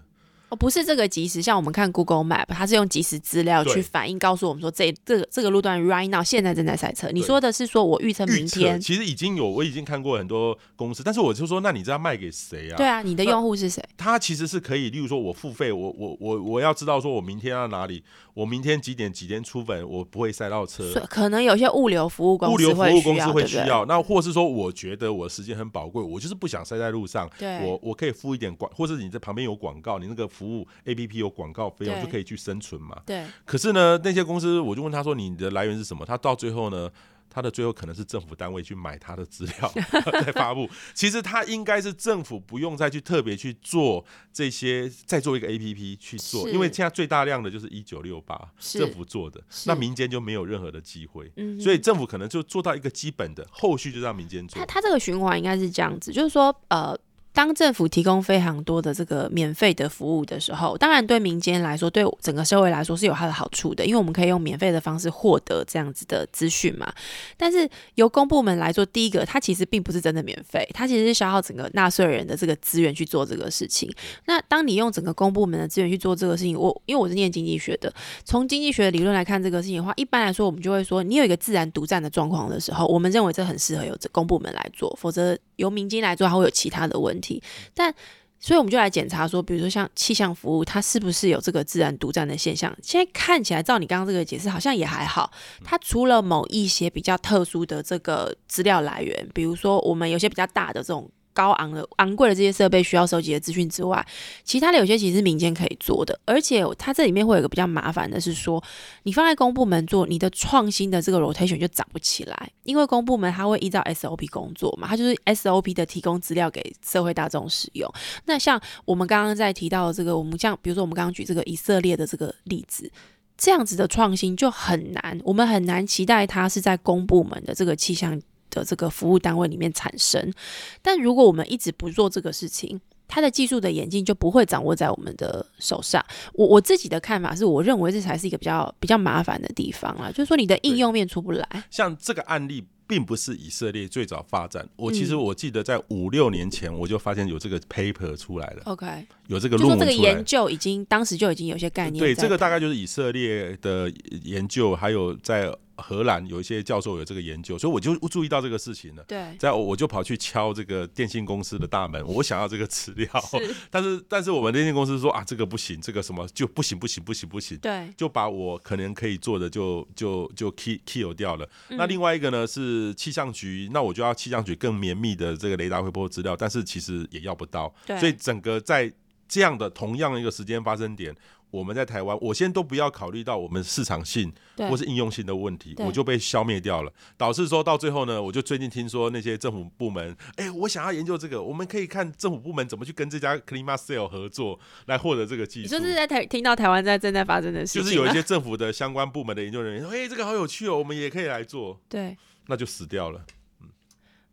Speaker 1: 哦，不是这个即时，像我们看 Google Map，它是用即时资料
Speaker 2: 对
Speaker 1: 去反映，告诉我们说这这个这个路段 right now 现在正在塞车。你
Speaker 2: 对
Speaker 1: 说的是说我预测
Speaker 2: 预
Speaker 1: 明
Speaker 2: 测
Speaker 1: 天？
Speaker 2: 其实已经有，我已经看过很多公司，但是我就说，那你这样卖给谁啊？
Speaker 1: 对啊，你的用户是谁？
Speaker 2: 它其实是可以，例如说我付费，我我我我要知道说我明天要哪里，我明天几点几点出门，我不会塞到车。
Speaker 1: 所以可能有些物流服务公
Speaker 2: 物
Speaker 1: 司
Speaker 2: 流服务
Speaker 1: 会
Speaker 2: 公
Speaker 1: 需
Speaker 2: 司
Speaker 1: 要，对
Speaker 2: 会
Speaker 1: 不
Speaker 2: 需
Speaker 1: 对？
Speaker 2: 要，那或是说，我觉得我时间很宝贵，我就是不想塞在路上，
Speaker 1: 对
Speaker 2: 我我可以付一点广，或是你在旁边有广告，你那个服务 A P P 有广告费用
Speaker 1: 对
Speaker 2: 就可以去生存嘛。
Speaker 1: 对，
Speaker 2: 可是呢，那些公司我就问他说你的来源是什么？他到最后呢，他的最后可能是政府单位去买他的 资料再发布。其实他应该是政府不用再去特别去做这些，再做一个 A P P 去做，
Speaker 1: 是
Speaker 2: 因为现在最大量的就是一九六八
Speaker 1: 是
Speaker 2: 政府做的，
Speaker 1: 是
Speaker 2: 那民间就没有任何的机会。
Speaker 1: 嗯哼
Speaker 2: 所以政府可能就做到一个基本的，后续就让民间做
Speaker 1: 它。它这个循环应该是这样子，就是说，呃，当政府提供非常多的这个免费的服务的时候，当然对民间来说，对整个社会来说是有它的好处的，因为我们可以用免费的方式获得这样子的资讯嘛。但是由公部门来做，第一个，它其实并不是真的免费，它其实是消耗整个纳税人的这个资源去做这个事情。那当你用整个公部门的资源去做这个事情，我因为我是念经济学的，从经济学的理论来看这个事情的话，一般来说我们就会说，你有一个自然独占的状况的时候，我们认为这很适合由这公部门来做，否则由民间来做，它会有其他的问题。但所以我们就来检查说，比如说像气象服务，它是不是有这个自然独占的现象？现在看起来，照你刚刚这个解释，好像也还好。它除了某一些比较特殊的这个资料来源，比如说我们有些比较大的这种高昂的、昂贵的这些设备需要收集的资讯之外，其他的有些其实是民间可以做的，而且它这里面会有一个比较麻烦的是说，你放在公部门做，你的创新的这个 rotation 就涨不起来，因为公部门它会依照 SOP 工作嘛，它就是 SOP 的提供资料给社会大众使用。那像我们刚刚在提到的这个，我们像比如说我们刚刚举这个以色列的这个例子。这样子的创新就很难，我们很难期待它是在公部门的这个气象的这个服务单位里面产生。但如果我们一直不做这个事情，它的技术的演进就不会掌握在我们的手上。我我自己的看法是，我认为这才是一个比较比较麻烦的地方啦，就是说你的应用面出不来。
Speaker 2: 像这个案例，并不是以色列最早发展。我其实
Speaker 1: 嗯
Speaker 2: 我记得在五六年前，我就发现有这个 paper 出来了，
Speaker 1: OK，
Speaker 2: 有这个
Speaker 1: 就说
Speaker 2: 论文出
Speaker 1: 这
Speaker 2: 来。
Speaker 1: 个研究已经当时就已经有些概念在。
Speaker 2: 对，这个大概就是以色列的研究，还有在荷兰有一些教授有这个研究，所以我就注意到这个事情了。
Speaker 1: 对
Speaker 2: 在我就跑去敲这个电信公司的大门，我想要这个资料，
Speaker 1: 是
Speaker 2: 但是但是我们电信公司说啊，这个不行，这个什么就不行，不行，不行，不行，
Speaker 1: 对
Speaker 2: 就把我可能可以做的就就就 kill kill 掉了。
Speaker 1: 嗯
Speaker 2: 那另外一个呢是气象局，那我就要气象局更绵密的这个雷达回波资料，但是其实也要不到，
Speaker 1: 对
Speaker 2: 所以整个在这样的同样一个时间发生点。我们在台湾，我先都不要考虑到我们市场性
Speaker 1: 对
Speaker 2: 或是应用性的问题，
Speaker 1: 对
Speaker 2: 我就被消灭掉了。导致说到最后呢，我就最近听说那些政府部门，哎，我想要研究这个，我们可以看政府部门怎么去跟这家 Clima Cell 合作来获得这个技
Speaker 1: 你
Speaker 2: 术。
Speaker 1: 说这是在台听到台湾在正在发生的事情
Speaker 2: 就
Speaker 1: 吗，
Speaker 2: 是有一些政府的相关部门的研究人员说：“哎、这个好有趣哦，我们也可以来做。
Speaker 1: 对。”
Speaker 2: 那就死掉了。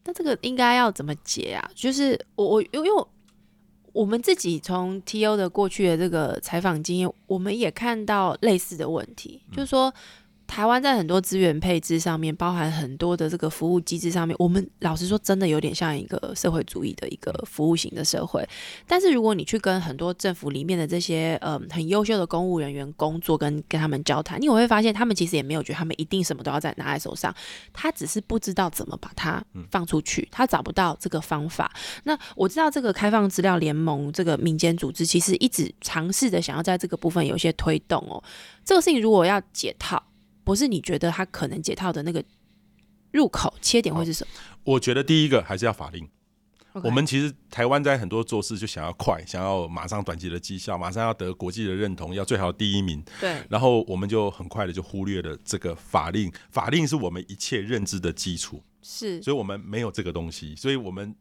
Speaker 1: 那这个应该要怎么解啊？就是我我因为我我们自己从 T O 的过去的这个采访经验，我们也看到类似的问题，就是说台湾在很多资源配置上面，包含很多的这个服务机制上面，我们老实说，真的有点像一个社会主义的一个服务型的社会。但是如果你去跟很多政府里面的这些嗯很优秀的公务人员工作，跟跟他们交谈，你会发现他们其实也没有觉得他们一定什么都要在拿在手上。他只是不知道怎么把它放出去，他找不到这个方法。那我知道这个开放资料联盟这个民间组织其实一直尝试的想要在这个部分有一些推动哦。这个事情如果要解套，不是你觉得他可能解套的那个入口切点会是什么？
Speaker 2: 我觉得第一个还是要法令。
Speaker 1: OK
Speaker 2: 我们其实台湾在很多做事就想要快，想要马上短期的绩效，马上要得国际的认同，要最好第一名。
Speaker 1: 对
Speaker 2: 然后我们就很快的就忽略了这个法令，法令是我们一切认知的基础。
Speaker 1: 是
Speaker 2: 所以我们没有这个东西，所以我们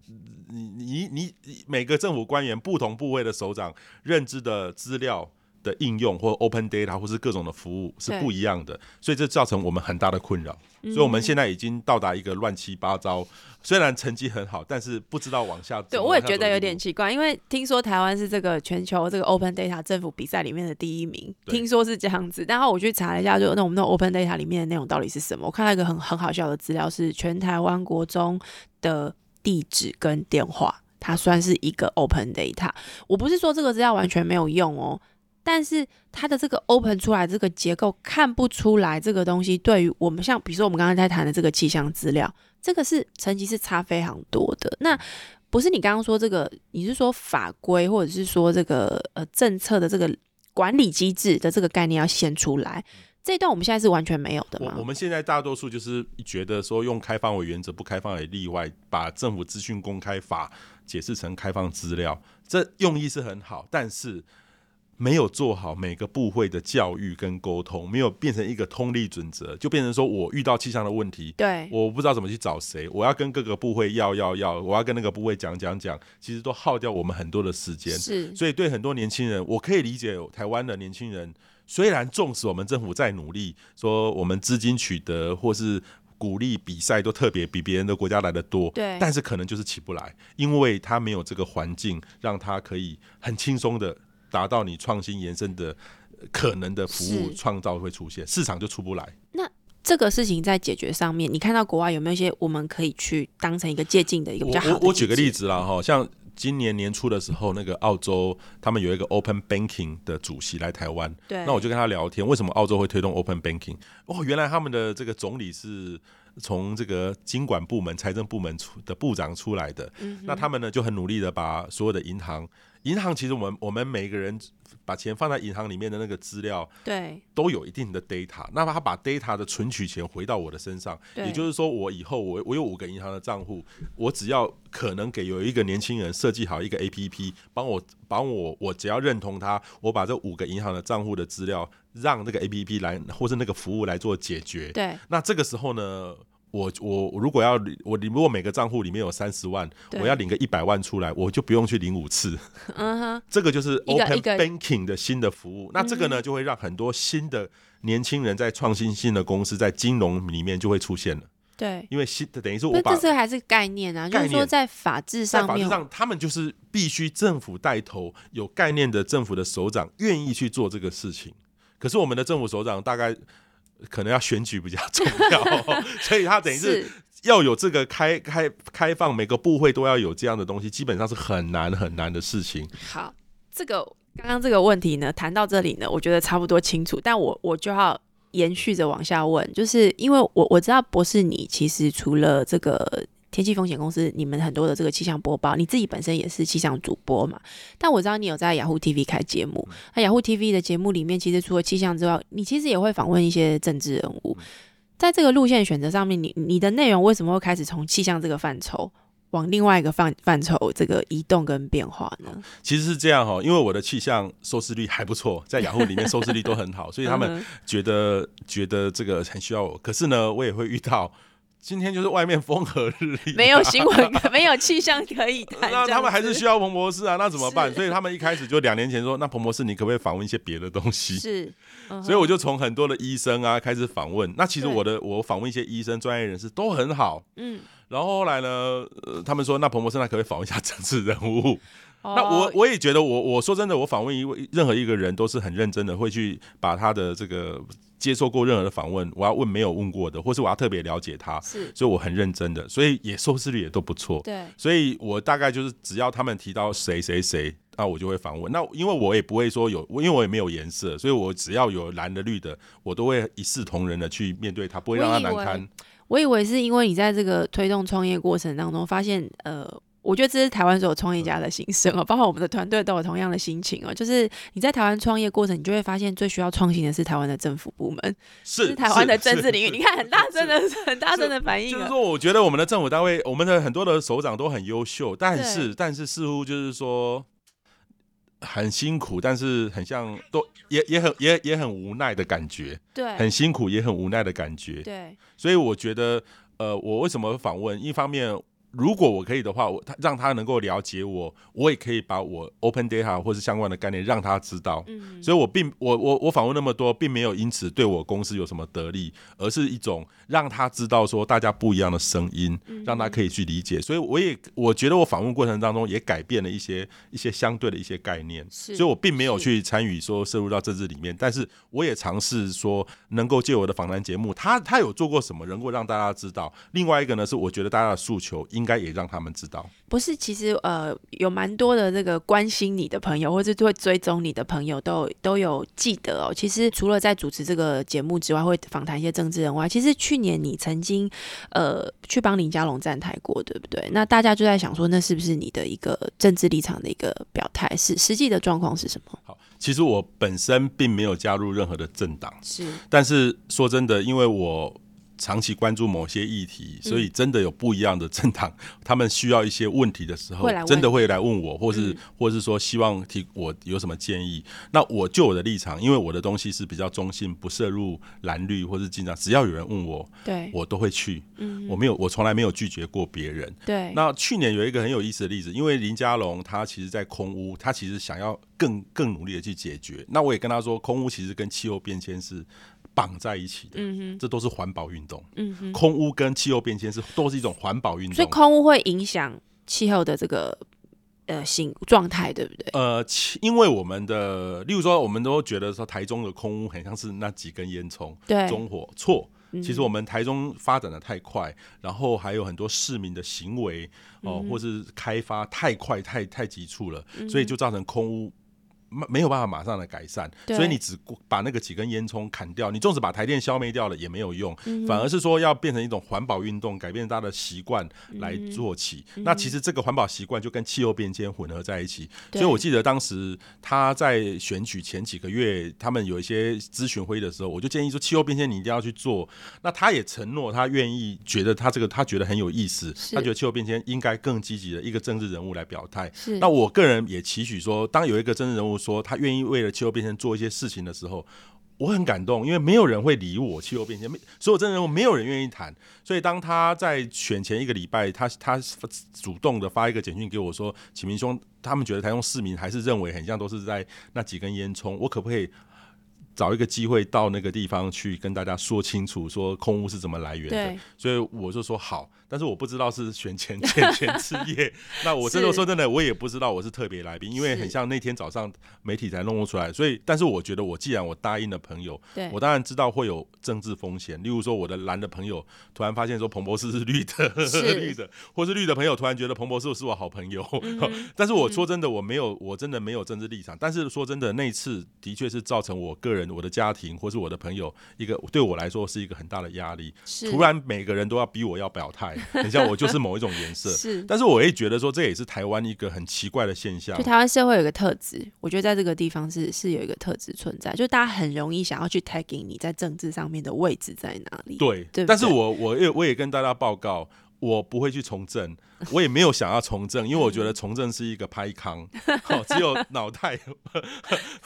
Speaker 2: 你你你你每个政府官员不同部位的首长认知的资料的应用或 open data 或是各种的服务是
Speaker 1: 对嗯
Speaker 2: 不一样的，所以这造成我们很大的困扰。所以我们现在已经到达一个乱七八糟，虽然成绩很好，但是不知道往下走。
Speaker 1: 对，我也
Speaker 2: 往下
Speaker 1: 觉
Speaker 2: 走
Speaker 1: 得
Speaker 2: 一
Speaker 1: 有
Speaker 2: 步
Speaker 1: 点奇怪，因为听说台湾是这个全球这个 Open Data 政府比赛里面的第一名，
Speaker 2: 对
Speaker 1: 听说是这样子。然后我去查了一下，就那我们那 Open Data 里面的内容到底是什么？我看到一个很很好笑的资料，是全台湾国中的地址跟电话。它算是一个 open data。我不是说这个资料完全没有用哦，但是它的这个 open 出来这个结构看不出来这个东西对于我们像比如说我们刚才在谈的这个气象资料，这个是成绩是差非常多的。那不是你刚刚说这个，你是说法规或者是说这个呃政策的这个管理机制的这个概念要先出来，这一段我们现在是完全没有的
Speaker 2: 嗯我
Speaker 1: 嘛？
Speaker 2: 我们现在大多数就是觉得说用开放为原则，不开放为例外，把政府资讯公开法解释成开放资料，这用意是很好，但是没有做好每个部会的教育跟沟通，没有变成一个通力准则，就变成说我遇到气象的问题。
Speaker 1: 对，
Speaker 2: 我不知道怎么去找谁，我要跟各个部会要要要，我要跟那个部会讲讲讲，其实都耗掉我们很多的时间。
Speaker 1: 是
Speaker 2: 所以对很多年轻人，我可以理解哦台湾的年轻人，虽然纵使我们政府在努力，说我们资金取得或是鼓励比赛都特别比别人的国家来的多，
Speaker 1: 对
Speaker 2: 但是可能就是起不来，因为他没有这个环境，让他可以很轻松的达到你创新延伸的。呃可能的服务
Speaker 1: 是
Speaker 2: 创造会出现，市场就出不来。
Speaker 1: 这个事情在解决上面，你看到国外有没有一些我们可以去当成一个借鉴的一个比较好的
Speaker 2: 我我我举个例
Speaker 1: 子，
Speaker 2: 子啦，哈，像今年年初的时候，那个澳洲他们有一个 Open Banking 的主席来台湾，
Speaker 1: 对，
Speaker 2: 那我就跟他聊天，为什么澳洲会推动 Open Banking？哦，原来他们的这个总理是从这个经管部门、财政部门出的部长出来的。那他们呢就很努力的把所有的银行，银行其实我们我们每个人把钱放在银行里面的那个资料
Speaker 1: 对
Speaker 2: 都有一定的 data，那么他把 data 的存取权回到我的身上，
Speaker 1: 对
Speaker 2: 也就是说，我以后我我有五个银行的账户，我只要可能给有一个年轻人设计好一个 APP，帮我帮我我只要认同他，我把这五个银行的账户的资料让那个 APP 来或是那个服务来做解决。
Speaker 1: 对
Speaker 2: 那这个时候呢，我我我如果要我如果每个账户里面有三十万，
Speaker 1: 对
Speaker 2: 我要领个一百万出来，我就不用去领五次。
Speaker 1: 嗯哼，
Speaker 2: 这个就是
Speaker 1: 一个
Speaker 2: Open
Speaker 1: 一个嗯
Speaker 2: Banking 的新的服务。那这个呢，就会让很多新的年轻人在创新性的公司在金融里面就会出现了，
Speaker 1: 对。
Speaker 2: 因为新的等于是
Speaker 1: 不
Speaker 2: 我
Speaker 1: 是，
Speaker 2: 把
Speaker 1: 这是还是概念啊，
Speaker 2: 概
Speaker 1: 就是说
Speaker 2: 念
Speaker 1: 在法制
Speaker 2: 在
Speaker 1: 上
Speaker 2: 法
Speaker 1: 面，哦
Speaker 2: 律上，他们就是必须政府带头，有概念的政府的首长愿意去做这个事情。可是我们的政府首长大概可能要选举比较重要哦、 所以他等于是要有这个开开开放，每个部会都要有这样的东西，基本上是很难很难的事情。
Speaker 1: 好，这个刚刚这个问题呢，谈到这里呢，我觉得差不多清楚，但我我就要延续着往下问，就是因为我我知道博士你其实除了这个。天气风险公司，你们很多的这个气象播报，你自己本身也是气象主播嘛？但我知道你有在雅虎 TV 开节目，那雅虎 TV 的节目里面，其实除了气象之外，你其实也会访问一些政治人物。在这个路线选择上面，你你的内容为什么会开始从气象这个范畴往另外一个范范畴这个移动跟变化呢？
Speaker 2: 其实是这样哈，哦因为我的气象收视率还不错，在雅虎里面收视率都 很好，所以他们
Speaker 1: 嗯
Speaker 2: 觉得觉得这个很需要我。可是呢，我也会遇到，今天就是外面风和日 丽、
Speaker 1: 没有新闻，没有气象可以谈。
Speaker 2: 那
Speaker 1: 这
Speaker 2: 他
Speaker 1: 样
Speaker 2: 们还是
Speaker 1: 子
Speaker 2: 需要彭博士啊，那怎么办？
Speaker 1: 是
Speaker 2: 所以他们一开始就两年前说，那彭博士你可不可以访问一些别的东西？
Speaker 1: 是，嗯
Speaker 2: 所以我
Speaker 1: 哼
Speaker 2: 就从很多的医生啊开始访问。那其实
Speaker 1: 对
Speaker 2: 我的我访问一些医生、专业人士都很好。
Speaker 1: 嗯，
Speaker 2: 然后后来呢，呃，他们说那彭博士那可不可以访问一下政治人物？那
Speaker 1: 哦
Speaker 2: 我我也觉得我，我说真的，我访问一位任何一个人都是很认真的，会去把他的这个接受过任何的访问，我要问没有问过的，或是我要特别了解他，
Speaker 1: 是
Speaker 2: 所以我很认真的，所以也收视率也都不错。
Speaker 1: 对
Speaker 2: 所以我大概就是只要他们提到谁谁谁，那我就会访问。那因为我也不会说有，因为我也没有颜色，所以我只要有蓝的、绿的，我都会一视同仁的去面对他，不会让他难
Speaker 1: 我以
Speaker 2: 堪
Speaker 1: 为。我以为是因为你在这个推动创业过程当中，发现呃，我觉得这是台湾所有创业家的心声哦，包括我们的团队都有同样的心情哦，就是你在台湾创业过程，你就会发现最需要创新的是台湾的政府部门，
Speaker 2: 是
Speaker 1: 台湾的
Speaker 2: 是
Speaker 1: 政治
Speaker 2: 是
Speaker 1: 领域。
Speaker 2: 是
Speaker 1: 你看，很大声的、很大声的反应哦
Speaker 2: 就是
Speaker 1: 了，
Speaker 2: 说，我觉得我们的政府单位，我们的很多的首长都很优秀，但是但是似乎就是说很辛苦，但是很像都也也很也也很无奈的感觉，
Speaker 1: 对
Speaker 2: 很辛苦也很无奈的感觉。
Speaker 1: 对
Speaker 2: 所以我觉得，呃，我为什么访问？一方面，如果我可以的话，我他让他能够了解我，我也可以把我 Open Data 或是相关的概念让他知道。
Speaker 1: 嗯
Speaker 2: 所以我并我我我访问那么多，并没有因此对我公司有什么得利，而是一种让他知道说大家不一样的声音，
Speaker 1: 嗯
Speaker 2: 让他可以去理解。所以我也我觉得我访问过程当中也改变了一些一些相对的一些概念，
Speaker 1: 是
Speaker 2: 所以我并没有
Speaker 1: 是
Speaker 2: 去参与说涉入到政治里面，但是我也尝试说能够借我的访谈节目，他他有做过什么，能够让大家知道。另外一个呢是我觉得大家的诉求应应该也让他们知道。
Speaker 1: 不是，其实呃，有蛮多的这个关心你的朋友，或者会追踪你的朋友，都有都有记得哦。其实除了在主持这个节目之外，会访谈一些政治人物啊。其实去年你曾经呃去帮林佳龙站台过，对不对？那大家就在想说，那是不是你的一个政治立场的一个表态？是实际的状况是什么？
Speaker 2: 好，其实我本身并没有加入任何的政党，
Speaker 1: 是
Speaker 2: 但是说真的，因为我长期关注某些议题，
Speaker 1: 嗯
Speaker 2: 所以真的有不一样的政党， 他们需要一些问题的时候
Speaker 1: 会来，问
Speaker 2: 真的会来问我，或是、
Speaker 1: 嗯
Speaker 2: 或是说希望提我有什么建议。那我就我的立场，因为我的东西是比较中性，不涉入蓝绿或是进党，只要有人问我，
Speaker 1: 对，
Speaker 2: 我都会去。
Speaker 1: 嗯
Speaker 2: 我没有，我从来没有拒绝过别人。
Speaker 1: 对，
Speaker 2: 那去年有一个很有意思的例子，因为林佳龙他其实，在空屋，他其实想要更更努力的去解决。那我也跟他说，空屋其实跟气候变迁是绑在一起的，
Speaker 1: 嗯
Speaker 2: 这都是环保运动。
Speaker 1: 哼，嗯哼，
Speaker 2: 空屋跟气候变迁是都是一种环保运
Speaker 1: 所以
Speaker 2: 动。
Speaker 1: 空污会影响气候的这个呃形状态，对不对？
Speaker 2: 呃，其因为我们的，例如说，我们都觉得说台中的空屋很像是那几根烟囱，
Speaker 1: 对，
Speaker 2: 中火错。
Speaker 1: 嗯
Speaker 2: 其实我们台中发展的太快，然后还有很多市民的行为
Speaker 1: 嗯
Speaker 2: 哦、
Speaker 1: 哼嗯
Speaker 2: 或是开发太快、太太急促了，所以就造成空屋。没没有办法马上的改善，
Speaker 1: 对
Speaker 2: 所以你只顾把那个几根烟囱砍掉，你纵使把台电消灭掉了也没有用，
Speaker 1: 嗯哼
Speaker 2: 反而是说要变成一种环保运动，改变大家的习惯来
Speaker 1: 嗯
Speaker 2: 做起。那其实这个环保习惯就跟气候变迁混合在一起，
Speaker 1: 对
Speaker 2: 所以我记得当时他在选举前几个月，他们有一些咨询会议的时候，我就建议说气候变迁你一定要去做。那他也承诺，他愿意，觉得他这个他觉得很有意思，
Speaker 1: 是
Speaker 2: 他觉得气候变迁应该更积极的一个政治人物来表态。
Speaker 1: 是
Speaker 2: 那我个人也期许说，当有一个政治人物说他愿意为了气候变迁做一些事情的时候，我很感动，因为没有人会理我气候变迁，没所有政治人物没有人愿意谈。所以当他在选前一个礼拜，他他主动的发一个简讯给我说：“启明兄，他们觉得台中市民还是认为很像都是在那几根烟囱，我可不可以？”找一个机会到那个地方去跟大家说清楚，说空屋是怎么来源的
Speaker 1: 对。
Speaker 2: 所以我就说好，但是我不知道是选前 前前置业。那我真的
Speaker 1: 是
Speaker 2: 说真的，我也不知道我是特别来宾，因为
Speaker 1: 是
Speaker 2: 很像那天早上媒体才弄出来。所以，但是我觉得我既然我答应了朋友，
Speaker 1: 对
Speaker 2: 我当然知道会有政治风险，例如说我的蓝的朋友突然发现说彭博士是绿的，
Speaker 1: 是
Speaker 2: 绿的，或是绿的朋友突然觉得彭博士是我好朋友。
Speaker 1: 嗯
Speaker 2: 但是我说真的，我没有，我真的没有政治立场。但是说真的，那一次的确是造成我个人、我的家庭或是我的朋友一个对我来说是一个很大的压力。
Speaker 1: 是
Speaker 2: 突然每个人都要逼我要表态，等一下我就是某一种颜色。
Speaker 1: 是
Speaker 2: 但是我也觉得说，这也是台湾一个很奇怪的现象
Speaker 1: 就。台湾社会有一个特质，我觉得在这个地方是是有一个特质存在，就大家很容易想要去 tagging 你在政治上面的位置在哪里。
Speaker 2: 对，
Speaker 1: 对不
Speaker 2: 但是
Speaker 1: 对
Speaker 2: 我我也我也跟大家报告，我不会去从政，我也没有想要从政，因为我觉得从政是一个拍 康，哦，只有脑袋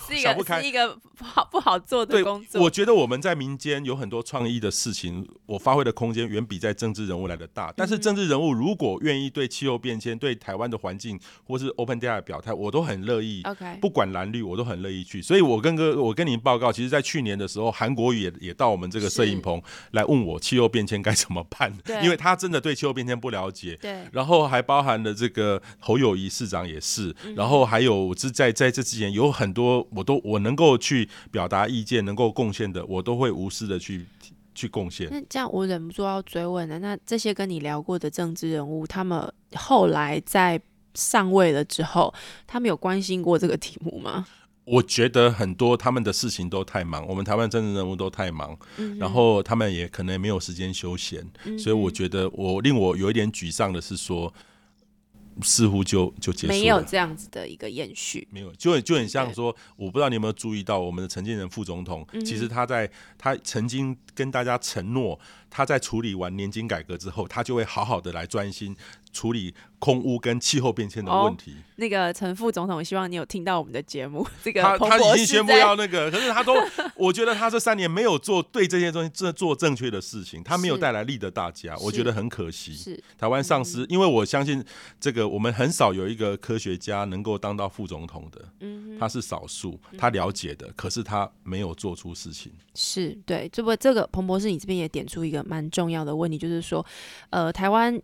Speaker 1: 是一
Speaker 2: 想不
Speaker 1: 个
Speaker 2: 开
Speaker 1: 是一。个不好不好做的
Speaker 2: 对
Speaker 1: 工，作。
Speaker 2: 我觉得我们在民间有很多创意的事情，我发挥的空间远比在政治人物来的大。
Speaker 1: 嗯
Speaker 2: 但是政治人物如果愿意对气候变迁、对台湾的环境或是 Open d a 的表态，我都很乐意。
Speaker 1: OK，
Speaker 2: 不管蓝绿，我都很乐意去。所以我跟哥，我跟您报告，其实，在去年的时候，韩国瑜也也到我们这个摄影棚来问我气候变迁该怎么办
Speaker 1: 对，
Speaker 2: 因为他真的对气候变迁不了解。
Speaker 1: 对
Speaker 2: 然后还包含了这个侯友谊市长也是，然后还有是在在这之前有很多我都我能够去表达意见、能够贡献的，我都会无私的去去贡献。
Speaker 1: 那这样我忍不住要追问了，那这些跟你聊过的政治人物，他们后来在上位了之后，他们有关心过这个题目吗？
Speaker 2: 我觉得很多他们的事情都太忙，我们台湾政治人物都太忙，
Speaker 1: 嗯
Speaker 2: 然后他们也可能没有时间休闲，所以我觉得我令我有一点沮丧的是说，似乎就就结束了，
Speaker 1: 没有这样子的一个延续。
Speaker 2: 没有，就很就很像说，我不知道你有没有注意到，我们的陈建仁副总统，
Speaker 1: 嗯
Speaker 2: 其实他在他曾经跟大家承诺，他在处理完年金改革之后，他就会好好的来专心处理空污跟气候变迁的
Speaker 1: 哦
Speaker 2: 问题。
Speaker 1: 那个陈副总统，希望你有听到我们的节目。 这个
Speaker 2: 他
Speaker 1: 彭
Speaker 2: 他
Speaker 1: 博
Speaker 2: 已经
Speaker 1: 士
Speaker 2: 宣布
Speaker 1: 在
Speaker 2: 要那个，可是他都，我觉得他这三年没有做对这些东西正做正确的事情，他没有
Speaker 1: 是
Speaker 2: 带来利得大家，我
Speaker 1: 是
Speaker 2: 觉得很可惜。
Speaker 1: 是
Speaker 2: 台湾丧
Speaker 1: 嗯
Speaker 2: 失，因为我相信这个，我们很少有一个科学家能够当到副总统的，
Speaker 1: 嗯
Speaker 2: 他是少数，他了解的，可是他没有做出事
Speaker 1: 嗯
Speaker 2: 情。
Speaker 1: 是对，这不这个彭博士，你这边也点出一个蛮重要的问题，就是说，呃，台湾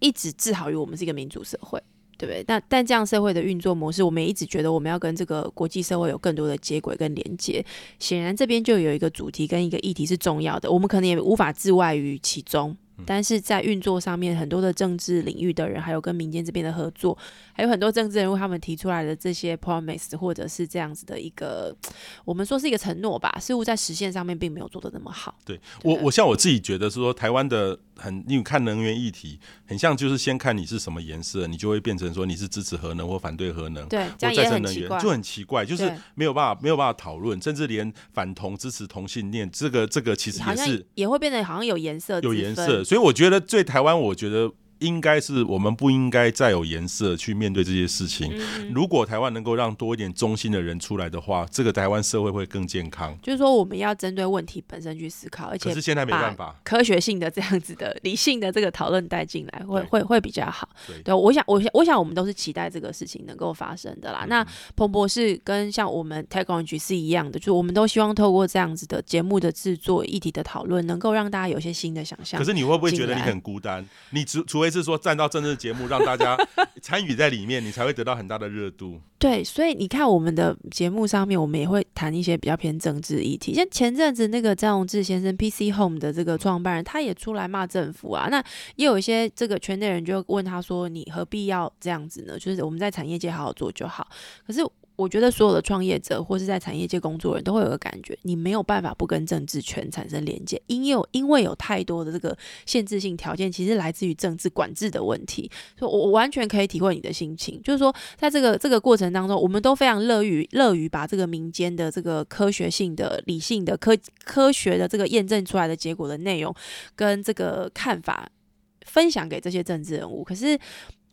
Speaker 1: 一直自豪于我们是一个民主社会，对不对？但但这样社会的运作模式，我们也一直觉得我们要跟这个国际社会有更多的接轨跟连接。显然这边就有一个主题跟一个议题是重要的，我们可能也无法自外于其中。但是在运作上面，很多的政治领域的人，还有跟民间这边的合作，还有很多政治人物他们提出来的这些 promise 或者是这样子的一个，我们说是一个承诺吧，似乎在实现上面并没有做的那么好。
Speaker 2: 对我，我像我自己觉得是说，台湾的很，你看能源议题，很像就是先看你是什么颜色，你就会变成说你是支持核能或反对核能，
Speaker 1: 对，这
Speaker 2: 或
Speaker 1: 样
Speaker 2: 再
Speaker 1: 也
Speaker 2: 生
Speaker 1: 很
Speaker 2: 能
Speaker 1: 奇
Speaker 2: 源
Speaker 1: 怪。
Speaker 2: 就很奇怪，就是
Speaker 1: 对
Speaker 2: 没有办法没有办法讨论，甚至连反同支持同性恋这个这个其实
Speaker 1: 好
Speaker 2: 也
Speaker 1: 像
Speaker 2: 是
Speaker 1: 也会变得好像有颜色，
Speaker 2: 有颜色，，所以我觉得对台湾，我觉得应该是我们不应该再有颜色去面对这些事情。
Speaker 1: 嗯
Speaker 2: 如果台湾能够让多一点中性的人出来的话，这个台湾社会会更健康。
Speaker 1: 就是说我们要针对问题本身去思考，而且
Speaker 2: 可是现在没办法，
Speaker 1: 科学性的这样子的理性的这个讨论带进来，会
Speaker 2: 对
Speaker 1: 会会比较好。
Speaker 2: 对
Speaker 1: 我想，我想，我想，我们都是期待这个事情能够发生的啦。
Speaker 2: 嗯
Speaker 1: 那彭博士跟像我们 Technology 是一样的，就是我们都希望透过这样子的节目的制作、议题的讨论，能够让大家有一些新的想象。
Speaker 2: 可是你会不会觉
Speaker 1: 进
Speaker 2: 得
Speaker 1: 来
Speaker 2: 你很孤单？你除除非是说站到政治节目，让大家 参与在里面，你才会得到很大的热度。
Speaker 1: 对，所以你看我们的节目上面，我们也会谈一些比较偏政治议题。像前阵子那个张荣志先生 PC Home 的这个创办人，他也出来骂政府啊。那也有一些这个圈内人就问他说：“你何必要这样子呢？就是我们在产业界好好做就好。”可是。我觉得所有的创业者或是在产业界工作的人都会有个感觉，你没有办法不跟政治圈产生连接，因有因为有太多的这个限制性条件，其实来自于政治管制的问题。所以我我完全可以体会你的心情，就是说，在这个这个过程当中，我们都非常乐于乐于把这个民间的这个科学性的、理性的科科学的这个验证出来的结果的内容跟这个看法分享给这些政治人物，可是。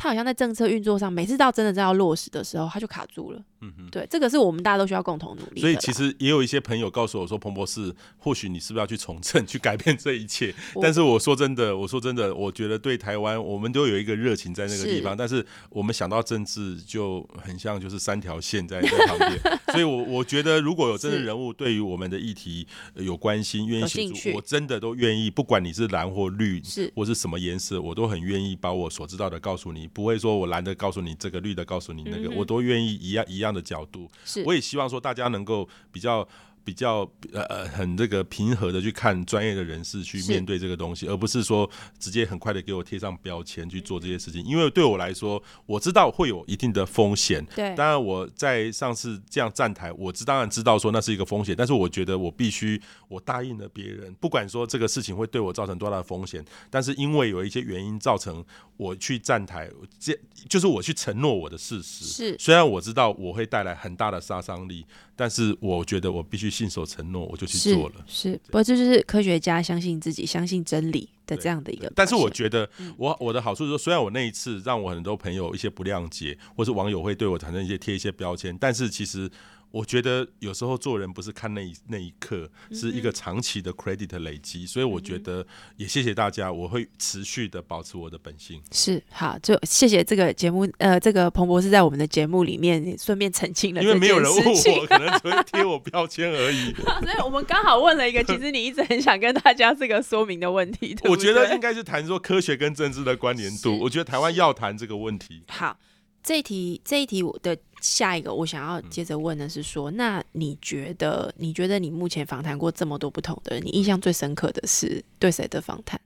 Speaker 1: 他好像在政策运作上，每次到真的在要落实的时候，他就卡住了。
Speaker 2: 嗯哼。
Speaker 1: 对，这个是我们大家都需要共同努力的啦。
Speaker 2: 所以其实也有一些朋友告诉我说，彭博士，或许你是不是要去从政， 去改变这一切？
Speaker 1: 我
Speaker 2: 但是我说真的，我说真的，我觉得对台湾，我们都有一个热情在那个地
Speaker 1: 是
Speaker 2: 方，但是我们想到政治就很像就是三条线在在旁 边。所以我，我觉得如果有政治
Speaker 1: 是
Speaker 2: 人物对于我们的议题呃有关心，愿
Speaker 1: 有
Speaker 2: 意
Speaker 1: 兴
Speaker 2: 协
Speaker 1: 趣
Speaker 2: 助，我真的都愿意，不管你是蓝或绿，
Speaker 1: 是
Speaker 2: 或是什么颜色，我都很愿意把我所知道的告诉你，不会说我蓝的告诉你这个，绿的告诉你那个，
Speaker 1: 嗯哼
Speaker 2: 我都愿意一样一样的角度。
Speaker 1: 是
Speaker 2: 我也希望说大家能够比较。比较呃呃很这个平和的去看专业的人士去
Speaker 1: 是
Speaker 2: 面对这个东西，而不是说直接很快的给我贴上标签去做这
Speaker 1: 嗯
Speaker 2: 些事情。因为对我来说，我知道会有一定的风险，
Speaker 1: 对
Speaker 2: 当然，我在上次这样站台，我知当然知道说那是一个风险，但是我觉得我必须，我答应了别人，不管说这个事情会对我造成多大的风险，但是因为有一些原因造成我去站台，这就是我去承诺我的事实。
Speaker 1: 是
Speaker 2: 虽然我知道我会带来很大的杀伤力，但是我觉得我必须信守承诺，我就去
Speaker 1: 是
Speaker 2: 做了。
Speaker 1: 是，不过这就是科学家相信自己、相信真理的这样的一个表现。
Speaker 2: 但是我觉得
Speaker 1: 嗯
Speaker 2: 我我的好处是说，虽然我那一次让我很多朋友一些不谅解，或是网友会对我产生一些贴一些标签，但是其实我觉得有时候做人不是看那一那一刻，
Speaker 1: 嗯
Speaker 2: 是一个长期的 credit 累积，所以我觉得也谢谢大家，我会持续的保持我的本性。
Speaker 1: 是好，就谢谢这个节目，呃，这个彭博士在我们的节目里面也顺便澄清了
Speaker 2: 因
Speaker 1: 这
Speaker 2: 为
Speaker 1: 件事
Speaker 2: 没
Speaker 1: 情，
Speaker 2: 有人问我，可能只会贴我标签而已。
Speaker 1: 所以我们刚好问了一个，其实你一直很想跟大家这个说明的问题，对不
Speaker 2: 我觉
Speaker 1: 对
Speaker 2: 得应该是谈说科学跟政治的关联度。
Speaker 1: 是
Speaker 2: 我觉得台湾要谈这个问题。
Speaker 1: 好，这一题这一题我的下一个我想要接着问的是说，那你觉得你觉得你目前访谈过这么多不同的人，你印象最深刻的是对谁的访谈？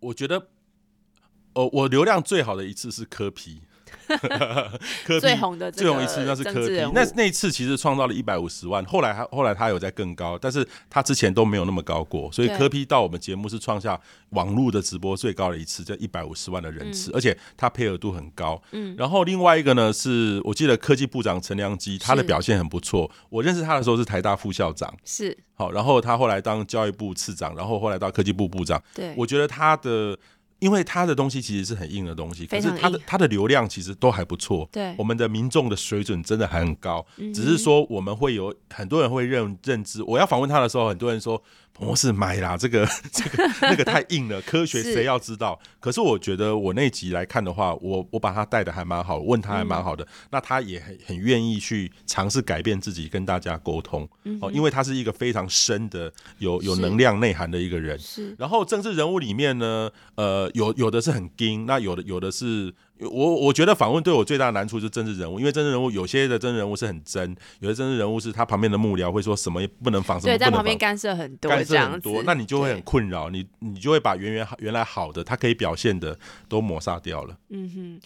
Speaker 2: 我觉得，呃，我流量最好的一次是柯皮， 柯皮
Speaker 1: 最红的这
Speaker 2: 最
Speaker 1: 个
Speaker 2: 红一次那是
Speaker 1: 政
Speaker 2: 柯
Speaker 1: 治
Speaker 2: 皮
Speaker 1: 人物，
Speaker 2: 那那一次其实创造了一百五十万，后来他后来他有在更高，但是他之前都没有那么高过，所以
Speaker 1: 对
Speaker 2: 柯皮到我们节目是创下网络的直播最高的一次，叫一百五十万的人次，而且他配合度很高。嗯，然后另外一个呢是我记得科技部长陈良基，他的
Speaker 1: 是
Speaker 2: 表现很不错，我认识他的时候是台大副校长。
Speaker 1: 是
Speaker 2: 好，然后他后来当教育部次长，然后后来到科技部部长。
Speaker 1: 对
Speaker 2: 我觉得他的，因为他的东西其实是很硬的东西，
Speaker 1: 非
Speaker 2: 可
Speaker 1: 常
Speaker 2: 是他的
Speaker 1: 硬
Speaker 2: 他的流量其实都还不错。
Speaker 1: 对嗯
Speaker 2: 我们的民众的水准真的还很高，只是说我们会有很多人会认认知。我要访问他的时候，很多人说彭博士买啦，这个 这个那个太 硬了，科学
Speaker 1: 是
Speaker 2: 谁要知道？可是我觉得我那集来看的话，我我把他带的还蛮好，问他还蛮好的，
Speaker 1: 嗯
Speaker 2: 那他也很很愿意去尝试改变自己，跟大家沟通。哦，因为他是一个非常深的、有有
Speaker 1: 嗯是
Speaker 2: 能量内涵的一个人。
Speaker 1: 是
Speaker 2: 然后政治人物里面呢，呃，有有的是很硬，那有的有的是。我我觉得访问对我最大的难处就是政治人物，因为政治人物有些的政治人物是很真，有些政治人物是他旁边的幕僚会说什么也不能仿，什么
Speaker 1: 对，
Speaker 2: 不
Speaker 1: 在
Speaker 2: 能仿
Speaker 1: 旁边干涉很多，
Speaker 2: 干
Speaker 1: 这
Speaker 2: 涉
Speaker 1: 样
Speaker 2: 很
Speaker 1: 子
Speaker 2: 多，，那你就会很
Speaker 1: 对
Speaker 2: 困扰，你你就会把原原原来好的，他可以表现的都抹杀掉了。
Speaker 1: 嗯哼。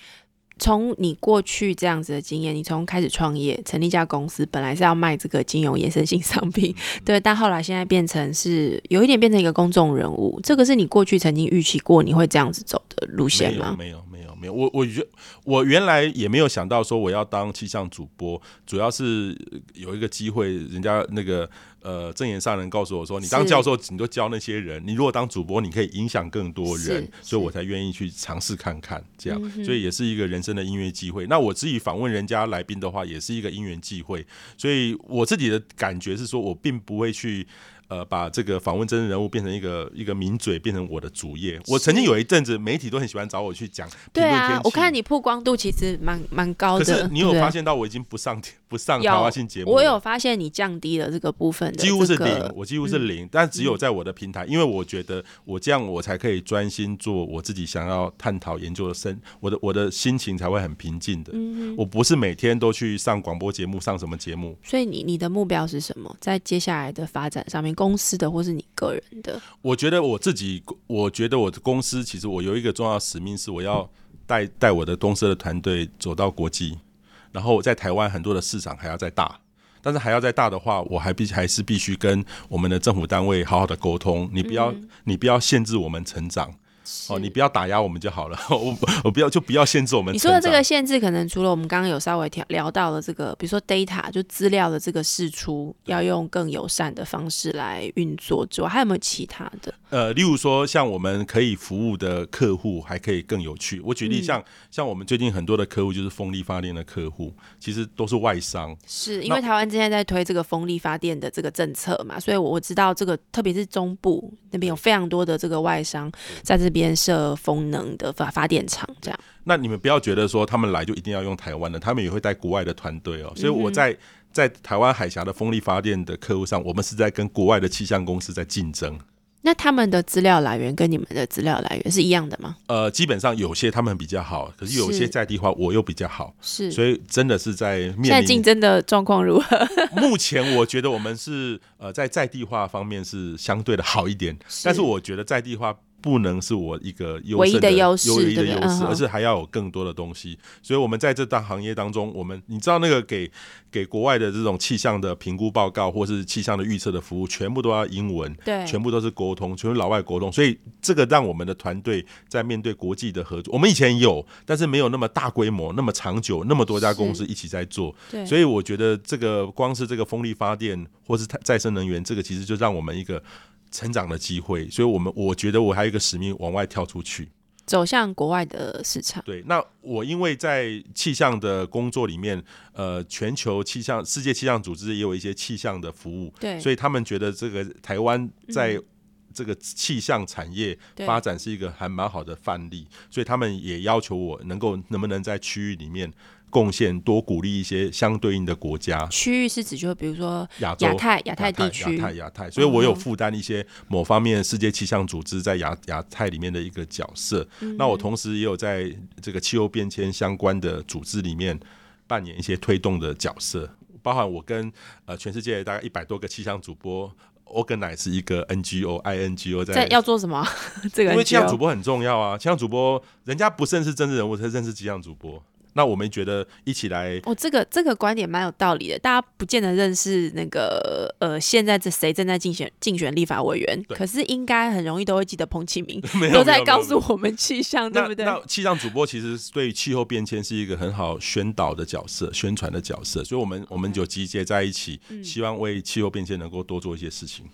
Speaker 1: 从你过去这样子的经验，你从开始创业成立一家公司，本来是要卖这个金融衍生性商品，
Speaker 2: 嗯
Speaker 1: 对，但后来现在变成是有一点变成一个公众人物，这个是你过去曾经预期过你会这样子走的路线
Speaker 2: 没有
Speaker 1: 吗？
Speaker 2: 没有没有没有，我我原我原来也没有想到说我要当气象主播，主要是呃有一个机会，人家那个呃正言上人告诉我说，你当
Speaker 1: 是
Speaker 2: 教授你就教那些人，你如果当主播，你可以影响更多人
Speaker 1: 是，
Speaker 2: 所以我
Speaker 1: 是
Speaker 2: 才愿意去尝试看看这样，
Speaker 1: 嗯哼
Speaker 2: 所以也是一个人生的音乐机会。那我自己访问人家来宾的话，也是一个因缘际会，所以我自己的感觉是说我并不会去。呃，把这个访问真人人物变成一个一个名嘴，变成我的主业。我曾经有一阵子，媒体都很喜欢找我去讲。
Speaker 1: 对
Speaker 2: 评论天
Speaker 1: 啊
Speaker 2: 气，
Speaker 1: 我看你曝光度其实蛮蛮高
Speaker 2: 可
Speaker 1: 的，
Speaker 2: 是你有
Speaker 1: 对不对
Speaker 2: 发现到我已经不上不上
Speaker 1: 有
Speaker 2: 谈话性节目了，
Speaker 1: 我有发现你降低了这个部分的、
Speaker 2: 几乎是
Speaker 1: 这
Speaker 2: 零
Speaker 1: 个，嗯
Speaker 2: 我几乎是零，但只有在我的平台，因为我觉得我这样我才可以专心做我自己想要探讨研究的深，我的我的心情才会很平静的。
Speaker 1: 嗯
Speaker 2: 我不是每天都去上广播节目，上什么节目，
Speaker 1: 所以你你的目标是什么？在接下来的发展上面，公司的或是你个人的，
Speaker 2: 我觉得我自己，我觉得我的公司其实我有一个重要的使命，是我要带带我的公司的团队走到国际，然后在台湾很多的市场还要再大。但是还要再大的话，我还必还是必须跟我们的政府单位好好的沟通。你不要、
Speaker 1: 嗯
Speaker 2: 你不要限制我们成长哦，你不要打压我们就好了。 我不我不要就不要限制我们
Speaker 1: 你
Speaker 2: 成
Speaker 1: 说
Speaker 2: 长。
Speaker 1: 的这个限制，可能除了我们刚刚有稍微聊聊到了这个，比如说 data 就资料的这个释出，要用更友善的方式来运作之外，还有没有其他的？
Speaker 2: 呃，例如说，像我们可以服务的客户还可以更有趣。我举例
Speaker 1: 嗯
Speaker 2: 像，像、我们最近很多的客户就是风力发电的客户，其实都是外商。
Speaker 1: 是因
Speaker 2: 那
Speaker 1: 为台湾之前在推这个风力发电的这个政策嘛，所以我知道这个，特别是中部那边有非常多的这个外商在这边设风能的发发电厂，这样
Speaker 2: 那你们不要觉得说他们来就一定要用台湾的，他们也会带国外的团队
Speaker 1: 嗯
Speaker 2: 哦。所以我在、在台湾海峡的风力发电的客户上，我们是在跟国外的气象公司在竞争。
Speaker 1: 那他们的资料来源跟你们的资料来源是一样的吗？
Speaker 2: 呃，基本上有些他们比较好，可是有
Speaker 1: 是
Speaker 2: 些在地化我又比较好，
Speaker 1: 是，
Speaker 2: 所以真的是在
Speaker 1: 现在
Speaker 2: 面
Speaker 1: 竞
Speaker 2: 临。
Speaker 1: 争的状况如何？
Speaker 2: 目前我觉得我们是呃在在地化方面是相对的好一点，但是我觉得在地化不能是我一个优
Speaker 1: 唯一
Speaker 2: 胜
Speaker 1: 的优势
Speaker 2: 唯一的
Speaker 1: 对
Speaker 2: 优
Speaker 1: 不对
Speaker 2: 势，
Speaker 1: 嗯
Speaker 2: 而是还要有更多的东西。所以我们在这档行业当中，我们你知道那个给给国外的这种气象的评估报告或是气象的预测的服务，全部都要英文。
Speaker 1: 对
Speaker 2: 全部都是沟通，全部老外沟通，所以这个让我们的团队在面对国际的合作，我们以前有，但是没有那么大规模、那么长久、那么多家公司一起在做，
Speaker 1: 对
Speaker 2: 所以我觉得这个光是这个风力发电或是再生能源，这个其实就让我们一个成长的机会。所以我们我觉得我还有一个使命往外跳出去。
Speaker 1: 走向国外的市场。
Speaker 2: 对，那我因为在气象的工作里面，呃，全球气象、世界气象组织也有一些气象的服务，
Speaker 1: 对嗯
Speaker 2: 所以他们觉得这个台湾在这个气象产业
Speaker 1: 对
Speaker 2: 发展是一个还蛮好的范例，所以他们也要求我能够能不能在区域里面贡献，多鼓励一些相对应的国家。
Speaker 1: 区域是指就比如说
Speaker 2: 亚洲、
Speaker 1: 亚太、亚太地
Speaker 2: 亚
Speaker 1: 区嗯
Speaker 2: 太、亚太，所以我有负担一些某方面世界气象组织在亚亚太里面的一个角色。
Speaker 1: 嗯
Speaker 2: 那我同时也有在这个气候变迁相关的组织里面扮演一些推动的角色，包含我跟呃全世界大概一百多个气象主播。organize 一个 NGO、INGO 在
Speaker 1: 在要做什么？ 这个
Speaker 2: 因为气象
Speaker 1: NGO
Speaker 2: 主播很重要啊，气象主播人家不认识政治人物，他认识气象主播。那我们觉得一起来
Speaker 1: 哦，这个这个观点蛮有道理的。大家不见得认识那个呃，现在这谁正在竞选竞选立法委员，
Speaker 2: 对
Speaker 1: 可是应该很容易都会记得彭启明
Speaker 2: 没有
Speaker 1: 都
Speaker 2: 没
Speaker 1: 在
Speaker 2: 有
Speaker 1: 告
Speaker 2: 没有
Speaker 1: 诉我们气象， 对
Speaker 2: 那
Speaker 1: 不对？
Speaker 2: 那气象主播其实对气候变迁是一个很好宣导的角色、宣传的角色，所以我
Speaker 1: 嗯
Speaker 2: 们我们就集结在一起，希望为气候变迁能够多做一些事情。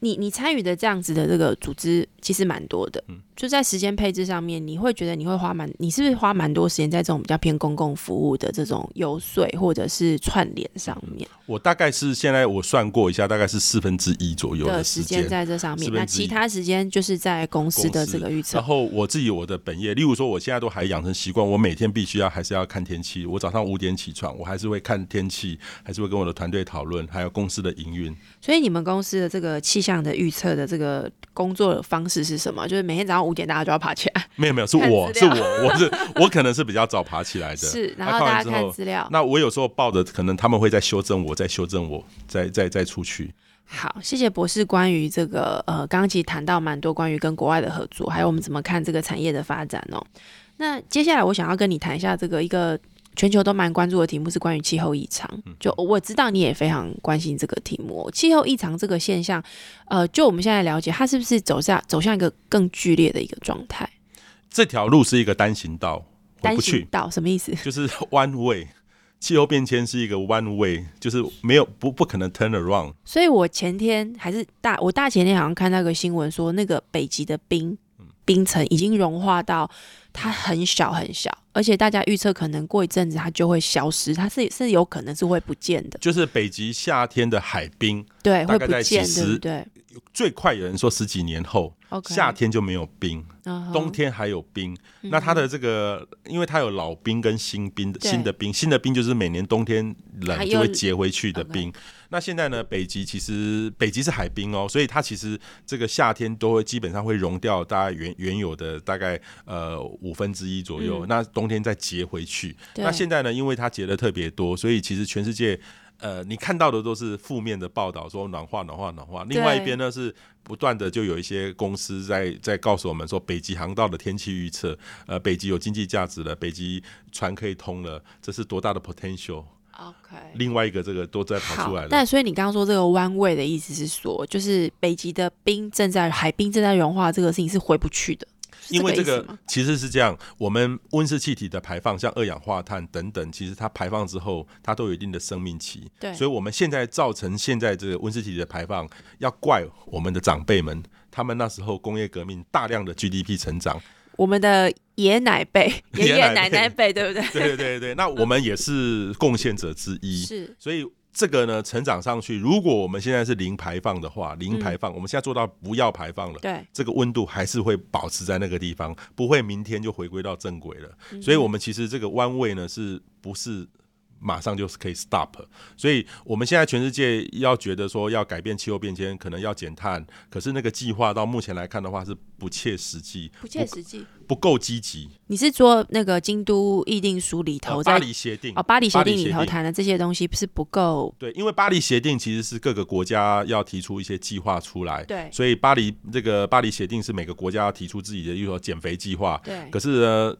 Speaker 1: 你你参与的这样子的这个组织其实蛮多
Speaker 2: 嗯
Speaker 1: 的，就在时间配置上面，你会觉得你会花蛮，你是不是花蛮多时间在这种比较偏公共服务的这种游说或者是串联上面
Speaker 2: 我大概是现在我算过一下，大概是四分之一左右
Speaker 1: 的
Speaker 2: 时
Speaker 1: 时
Speaker 2: 间
Speaker 1: 间。在这上面
Speaker 2: 四，分
Speaker 1: 那
Speaker 2: 之一
Speaker 1: 其他时间就是在公司的
Speaker 2: 公司
Speaker 1: 这
Speaker 2: 哦
Speaker 1: 个预测
Speaker 2: 然。后我自己我的本业，例如说我现在都还养成习惯，我每天必须要还是要看天气。我早上五点起床，我还是会看天气，还是会跟我的团队讨论，还有公司的营运。
Speaker 1: 所以你们公司的这个气象的预测的这个工作方式是什么？就是每天早上五五点大家就要爬起来，
Speaker 2: 没有没有，是我
Speaker 1: 看
Speaker 2: 是
Speaker 1: 资料
Speaker 2: 我，我是我可能是比较早爬起来 的。
Speaker 1: 是，
Speaker 2: 那
Speaker 1: 然后
Speaker 2: 看完
Speaker 1: 大
Speaker 2: 之
Speaker 1: 家
Speaker 2: 后
Speaker 1: 看资料。
Speaker 2: 那我有时候抱的，可能他们会再修正我，再修正我，再再再出去。
Speaker 1: 好，谢谢博士关于这个呃，刚刚其实谈到蛮多关于跟国外的合作，还有我们怎么看这个产业的发展哦。那接下来我想要跟你谈一下这个一个全球都蛮关注的题目是关于气候异常。
Speaker 2: 嗯
Speaker 1: 就我知道你也非常关心这个题目哦，气候异常这个现象，呃，就我们现在了解，它是不是走向走向一个更剧烈的一个状态？
Speaker 2: 这条路是一个单行道，回
Speaker 1: 单
Speaker 2: 不
Speaker 1: 行
Speaker 2: 去，
Speaker 1: 道什么意思？
Speaker 2: 就是 one way。气候变迁是一个 one way，就是没有不不可能 turn around。
Speaker 1: 所以我前天还是大我大前天好像看到个新闻说，那个北极的冰
Speaker 2: 嗯
Speaker 1: 冰层已经融化到它很小很小，而且大家预测可能过一阵子它就会消失，它是是有可能是会不见的，
Speaker 2: 就是北极夏天的海冰，
Speaker 1: 对，
Speaker 2: 大
Speaker 1: 会
Speaker 2: 概
Speaker 1: 不
Speaker 2: 在
Speaker 1: 见，
Speaker 2: 70
Speaker 1: 对不对
Speaker 2: 最快有人说十几年后
Speaker 1: ？OK，
Speaker 2: 夏天就没有冰，
Speaker 1: 嗯哼嗯
Speaker 2: 冬天还有冰。那它的这个，因为它有老冰跟新冰，
Speaker 1: 对
Speaker 2: 新的冰，新的冰就是每年冬天
Speaker 1: 还
Speaker 2: 冷
Speaker 1: 有
Speaker 2: 就会结回去的冰。那现在呢，北极其实北极是海冰哦，所以它其实这个夏天都会基本上会融掉大概原原有的大概呃五分之一左
Speaker 1: 嗯
Speaker 2: 右，那冬天再结回去。
Speaker 1: 对
Speaker 2: 那现在呢，因为它结的特别多，所以其实全世界。呃，你看到的都是负面的报道，说暖化、暖化、暖化。另外一边呢是不断的就有一些公司在在告诉我们说，北极航道的天气预测，呃，北极有经济价值了，北极船可以通了，这是多大的 potential。
Speaker 1: OK。
Speaker 2: 另外一个这个都在跑出来了
Speaker 1: 但。所以你刚刚说这个弯位的意思是说，就是北极的冰正在海冰正在融化，这个事情是回不去的，是
Speaker 2: 因为这
Speaker 1: 意思
Speaker 2: 个
Speaker 1: 吗
Speaker 2: 其实是这样，我们温室气体的排放，像二氧化碳等等，其实它排放之后，它都有一定的生命期。
Speaker 1: 对
Speaker 2: 所以我们现在造成现在这个温室气体的排放，要怪我们的长辈们，他们那时候工业革命大量的 GDP 成长，
Speaker 1: 我们的爷奶辈、爷
Speaker 2: 爷
Speaker 1: 爷
Speaker 2: 奶
Speaker 1: 奶奶辈，
Speaker 2: 辈
Speaker 1: 对不对？
Speaker 2: 对对对对，那我们也是贡献者之一。
Speaker 1: 是
Speaker 2: 所以这个呢，成长上去，如果我们现在是零排放的话，零排
Speaker 1: 嗯
Speaker 2: 放，我们现在做到不要排放了。
Speaker 1: 对。
Speaker 2: 这个温度还是会保持在那个地方，不会明天就回归到正轨了。
Speaker 1: 嗯
Speaker 2: 所以，我们其实这个弯位呢，是不是马上就是可以 stop？所以，我们现在全世界要觉得说要改变气候变迁，可能要减碳，可是那个计划到目前来看的话是不切实际，
Speaker 1: 不切实际。
Speaker 2: 不够积极。
Speaker 1: 你是说那个京都议定书里头
Speaker 2: 呃
Speaker 1: 在、
Speaker 2: 巴黎协定
Speaker 1: 哦巴黎协
Speaker 2: 巴
Speaker 1: 定里头谈的这些东西不是不够
Speaker 2: 对，因为巴黎协定其实是各个国家要提出一些计划出来，
Speaker 1: 对
Speaker 2: 所以巴黎这个巴黎协定是每个国家要提出自己的一个减肥计划，
Speaker 1: 对
Speaker 2: 可是呢，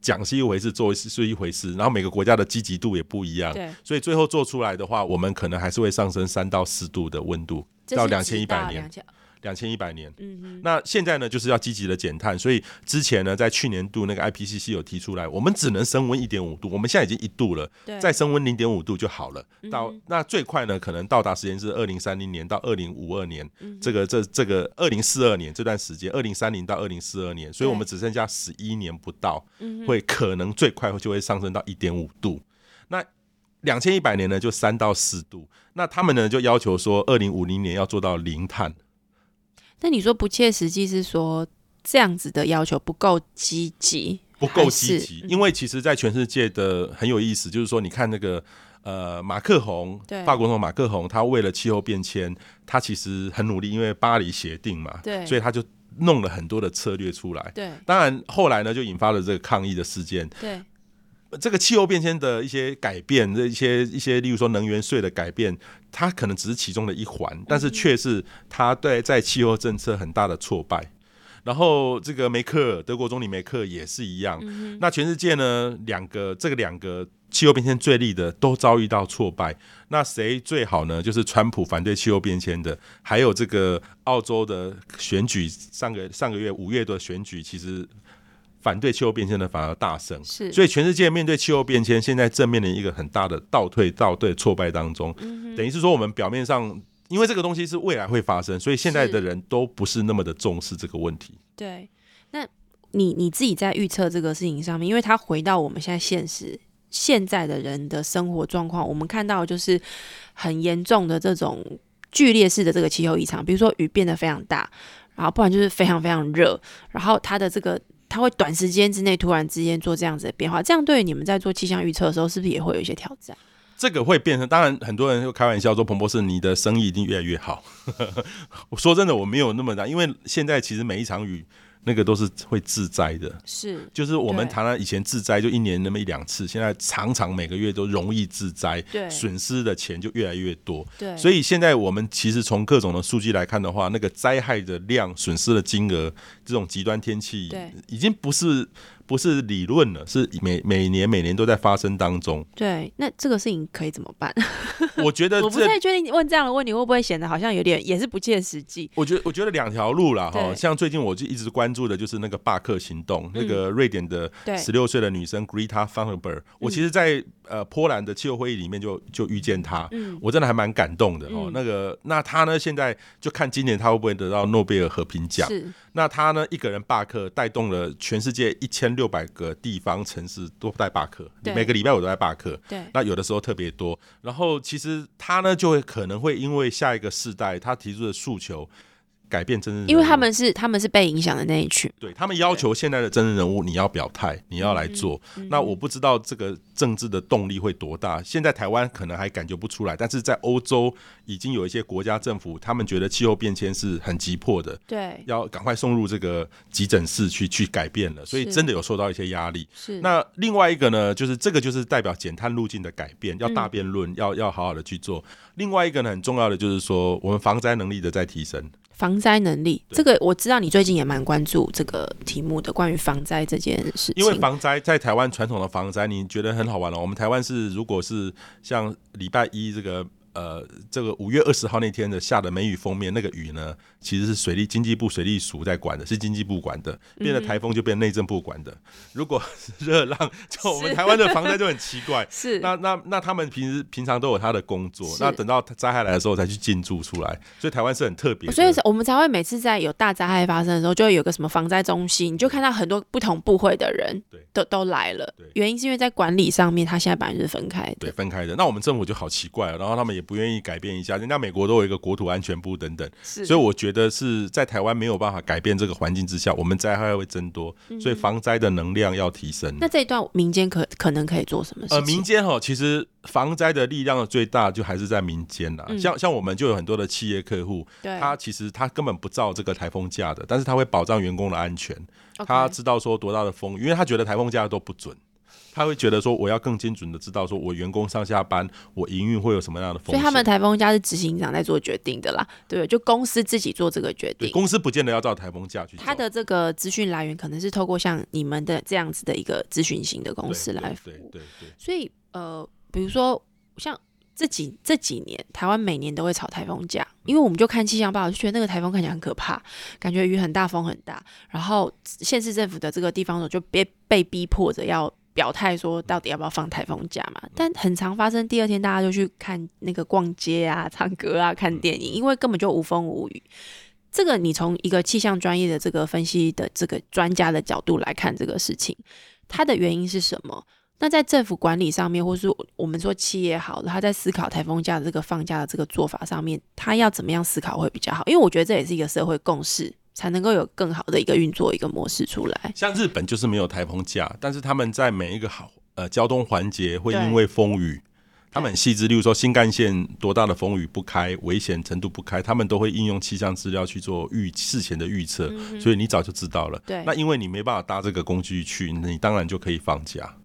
Speaker 2: 讲是一回事，做是是一回事，然后每个国家的积极度也不一样，
Speaker 1: 对，
Speaker 2: 所以最后做出来的话，我们可能还是会上升三到四度的温度，到
Speaker 1: 这是直
Speaker 2: 2100年
Speaker 1: 两千
Speaker 2: 两千一百年。
Speaker 1: 嗯哼
Speaker 2: 那现在呢，就是要积极的减碳，所以之前呢，在去年度那个 IPCC 有提出来，我们只能升温一点五度，我们现在已经一度了，
Speaker 1: 对
Speaker 2: 再升温零点五度就好了。到、那最快呢，可能到达时间是二零三零年到二零五二年，这个这这个二零四二年这段时间，二零三零到二零四二年，所以我们只剩下十一年不到，会可能最快就会上升到一点五度。那两千一百年呢，就三到四度。那他们呢，就要求说，二零五零年要做到零碳。
Speaker 1: 那你说不切实际是说这样子的要求不够积极，
Speaker 2: 不够
Speaker 1: 还
Speaker 2: 积
Speaker 1: 是嗯
Speaker 2: 极，因为其实，在全世界的很有意思，就是说，你看那个呃，马克宏
Speaker 1: 对，
Speaker 2: 法国总统马克宏，他为了气候变迁，他其实很努力，因为巴黎协定嘛，
Speaker 1: 对
Speaker 2: 所以他就弄了很多的策略出来。
Speaker 1: 对
Speaker 2: 当然，后来呢，就引发了这个抗议的事件。
Speaker 1: 对
Speaker 2: 这个气候变迁的一些改变，这一些一些，例如说能源税的改变，它可能只是其中的一环，
Speaker 1: 嗯
Speaker 2: 但是却是它对在气候政策很大的挫败。然后这个梅克尔，德国总理梅克尔也是一样。那全世界呢，两个这个两个气候变迁最力的都遭遇到挫败。那谁最好呢？就是川普反对气候变迁的，还有这个澳洲的选举，上个上个月五月的选举，其实反对气候变迁的反而大胜。
Speaker 1: 是
Speaker 2: 所以全世界面对气候变迁，现在正面临一个很大的倒退、倒退、挫败当中。等于是说，我们表面上因为这个东西是未来会发生，所以现在的
Speaker 1: 是
Speaker 2: 人都不是那么的重视这个问题。
Speaker 1: 对。那你你自己在预测这个事情上面，因为它回到我们现在现实。现在的人的生活状况，我们看到就是很严重的这种剧烈式的这个气候异常，比如说雨变得非常大，然后不然就是非常非常热，然后它的这个它会短时间之内突然之间做这样子的变化，这样对于你们在做气象预测的时候，是不是也会有一些挑战？
Speaker 2: 这个会变成，当然很多人就开玩笑说，彭博士你的 生意一定越来越好。我说真的，我没有那么大，因为现在其实每一场雨那个都是会致灾的。
Speaker 1: 是
Speaker 2: 就是我们
Speaker 1: 对
Speaker 2: 台湾以前致灾就一年那么一两次，现在常常每个月都容易致灾
Speaker 1: 对，
Speaker 2: 损失的钱就越来越多。
Speaker 1: 对，
Speaker 2: 所
Speaker 1: 以
Speaker 2: 以现在我们其实从各种的数据来看的话，那个灾害的量、损失的金额，这种极端天气
Speaker 1: 对
Speaker 2: 已经不是不是理论了，是每每年每年都在发生当中。
Speaker 1: 对，那这个事情可以怎么办？
Speaker 2: 我觉 得
Speaker 1: 我不
Speaker 2: 呃这
Speaker 1: 太确定问这样的问题会不会显得好像有点也是不切实际。
Speaker 2: 我觉得我觉得两条路啦，哈，
Speaker 1: 对嗯
Speaker 2: 像最近我就一直关注的就是那个罢课行动，那个瑞典的
Speaker 1: 对嗯
Speaker 2: 十六岁的女生 Greta Thunberg，我其实在，呃波兰的气候会议里面就就遇见她，我真的还蛮感动的哦。
Speaker 1: 嗯
Speaker 2: 那个那她呢，现在就看今年她会不会得到诺贝尔和平奖。
Speaker 1: 是
Speaker 2: 那她呢，一个人罢课，带动了全世界一千六百个地方城市都在罢课，
Speaker 1: 对
Speaker 2: 每个礼拜我都在罢课。
Speaker 1: 对
Speaker 2: 那有的时候特别多。然后其实他呢，就会可能会因为下一个世代他提出的诉求，改变真正，
Speaker 1: 因为他们是他们是被影响的那一群，
Speaker 2: 对他们要求现在的真人人物你要表态，
Speaker 1: 嗯
Speaker 2: 你要来做。那我不知道这个政治的动力会多大。现在台湾可能还感觉不出来，但是在欧洲已经有一些国家政府，他们觉得气候变迁是很急迫的，
Speaker 1: 对，
Speaker 2: 要赶快送入这个急诊室去去改变了，所以
Speaker 1: 是
Speaker 2: 真的有受到一些压力。
Speaker 1: 是
Speaker 2: 那另外一个呢，就是这个就是代表减碳路径的改变，要大辩论，要要好好的去做。另外一个呢，很重要的就是说，我们防灾能力的在提升。
Speaker 1: 防灾能力
Speaker 2: 对
Speaker 1: 这个我知道，你最近也蛮关注这个题目的，关于防灾这件事情。
Speaker 2: 因为防灾在台湾传统的防灾，你觉得很好玩了、哦。我们台湾是如果是像礼拜一这个呃这个五月二十号那天的下的梅雨封面，那个雨呢其实是水利经济部水利署在管的，是经济部管的，变了台风就变内政部管的。如果是热浪，就我们台湾的防灾就很奇怪。
Speaker 1: 是
Speaker 2: 那那那他们平时平常都有他的工作
Speaker 1: 是，
Speaker 2: 那等到灾害来的时候才去进驻出来，所以台湾是很特别的。
Speaker 1: 哦所以我们才会每次在有大灾害发生的时候，就会有个什么防灾中心，你就看到很多不同部会的人
Speaker 2: 对
Speaker 1: 都都来了
Speaker 2: 对。
Speaker 1: 原因是因为在管理上面，它现在本来就是分开
Speaker 2: 对
Speaker 1: 的。
Speaker 2: 分开的，那我们政府就好奇怪、哦，然后他们也不愿意改变一下，人家美国都有一个国土安全部等等，
Speaker 1: 是
Speaker 2: 所以我觉得是在台湾没有办法改变这个环境之下，我们灾害会增多，所以防灾的能量要提升。
Speaker 1: 嗯那这一段民间可可能可以做什么事情？
Speaker 2: 呃，民间哈，其实防灾的力量最大就还是在民间啦。
Speaker 1: 嗯
Speaker 2: 像像我们就有很多的企业客户，
Speaker 1: 对
Speaker 2: 他其实他根本不照这个台风假的，但是他会保障员工的安全。
Speaker 1: OK
Speaker 2: 他知道说多大的风雨，因为他觉得台风假都不准，他会觉得说我要更精准的知道说我员工上下班，我营运会有什么样的风
Speaker 1: 所以
Speaker 2: 险。
Speaker 1: 他们台风假是执行长在做决定的啦，对不对？就公司自己做这个决
Speaker 2: 对
Speaker 1: 定。
Speaker 2: 公司不见得要照台风假去走。
Speaker 1: 他的这个资讯来源可能是透过像你们的这样子的一个咨询型的
Speaker 2: 对
Speaker 1: 公司来服
Speaker 2: 对
Speaker 1: 务
Speaker 2: 对。对对
Speaker 1: 所以呃，比如说像这几这几年，台湾每年都会炒台风假，因为我们就看气象报告，就觉得那个台风看起来很可怕，感觉雨很大，风很大，然后县市政府的这个地方呢，就被被逼迫着要。表态说到底要不要放台风假嘛？但很常发生，第二天大家就去看那个逛街啊、唱歌啊、看电影，因为根本就无风无雨。这个你从一个气象专业的这个分析的这个专家的角度来看这个事情，它的原因是什么？那在政府管理上面，或是我们说企业好了，他在思考台风假的这个放假的这个做法上面，他要怎么样思考会比较好？因为我觉得这也是一个社会共识，才能够有更好的一个运作一个模式出来。
Speaker 2: 像日本就是没有台风假，但是他们在每一个好呃交通环节会
Speaker 1: 对
Speaker 2: 因为风雨，他们很细致，例如说新干线多大的风雨不开，危险程度不开，他们都会应用气象资料去做预事前的预
Speaker 1: 嗯
Speaker 2: 测，所以你早就知道了。
Speaker 1: 对
Speaker 2: 那因为你没办法搭这个工具去，你当然就可以放假。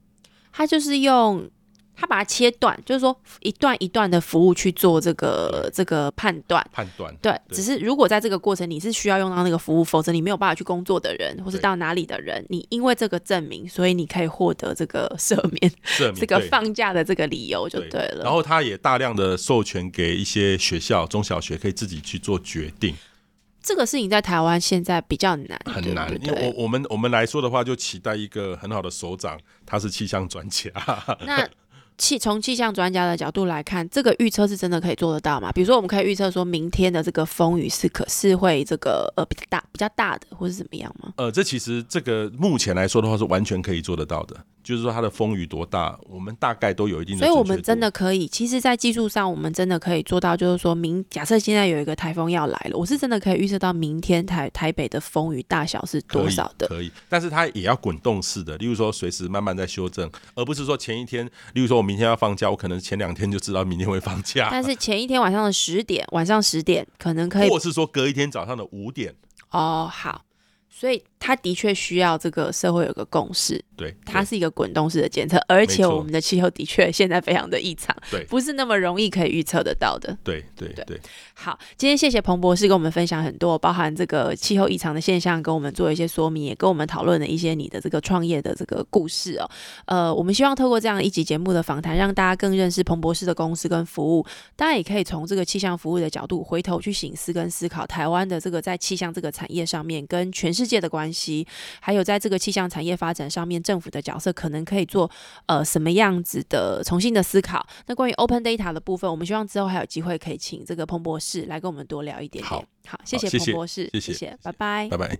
Speaker 1: 他就是用他把它切断，就是说一段一段的服务去做这个这个判断。
Speaker 2: 判断
Speaker 1: 对，
Speaker 2: 对
Speaker 1: 只是如果在这个过程你是需要用到那个服务，否则你没有办法去工作的人，或是
Speaker 2: 对
Speaker 1: 到哪里的人，你因为这个证明，所以你可以获得这个 赦免，
Speaker 2: 这
Speaker 1: 这个放假的这个理由就对了。
Speaker 2: 然后他也大量的授权给一些学校、中小学可以自己去做决定。
Speaker 1: 这个事情在台湾现在比较难，
Speaker 2: 很难
Speaker 1: 对，不
Speaker 2: 因为
Speaker 1: 对？
Speaker 2: 我我们我们来说的话，就期待一个很好的首长，他是气象专家。
Speaker 1: 那气从气象专家的角度来看，这个预测是真的可以做得到吗？比如说，我们可以预测说明天的这个风雨是可是会这个呃比较大比较大的，或是怎么样吗？
Speaker 2: 呃，这其实这个目前来说的话是完全可以做得到的，就是说它的风雨多大，我们大概都有一定的
Speaker 1: 所
Speaker 2: 准
Speaker 1: 以
Speaker 2: 确度。
Speaker 1: 我们真的可以，其实，在技术上，我们真的可以做到，就是说明假设现在有一个台风要来了，我是真的可以预测到明天台台北的风雨大小是
Speaker 2: 可
Speaker 1: 多
Speaker 2: 以
Speaker 1: 少的。
Speaker 2: 可以，但是它也要滚动式的，例如说随时慢慢在修正，而不是说前一天，例如说我明天要放假，我可能前两天就知道明天会放假，
Speaker 1: 但是前一天晚上的十点，晚上十点可能可以
Speaker 2: 或是说隔一天早上的五点，
Speaker 1: 哦，好，所以它的确需要这个社会有个共识，
Speaker 2: 对，
Speaker 1: 它是一个滚动式的监测，而且
Speaker 2: 没错
Speaker 1: 我们的气候的确现在非常的异常，
Speaker 2: 对
Speaker 1: 不是那么容易可以预测得到的。
Speaker 2: 对对对对
Speaker 1: 好，今天谢谢彭博士跟我们分享很多，包含这个气候异常的现象，跟我们做一些说明，也跟我们讨论了一些你的这个创业的这个故事哦。呃，我们希望透过这样一集节目的访谈，让大家更认识彭博士的公司跟服务。当然，也可以从这个气象服务的角度回头去醒思跟思考台湾的这个在气象这个产业上面跟全世界的关系，还有在这个气象产业发展上面政府的角色可能可以做呃什么样子的重新的思考。那关于 Open Data 的部分，我们希望之后还有机会可以请这个彭博士来跟我们多聊一点点。
Speaker 2: 好，
Speaker 1: 好，谢谢
Speaker 2: 好谢谢
Speaker 1: 彭博士，
Speaker 2: 谢谢
Speaker 1: 谢，拜拜
Speaker 2: 拜。拜。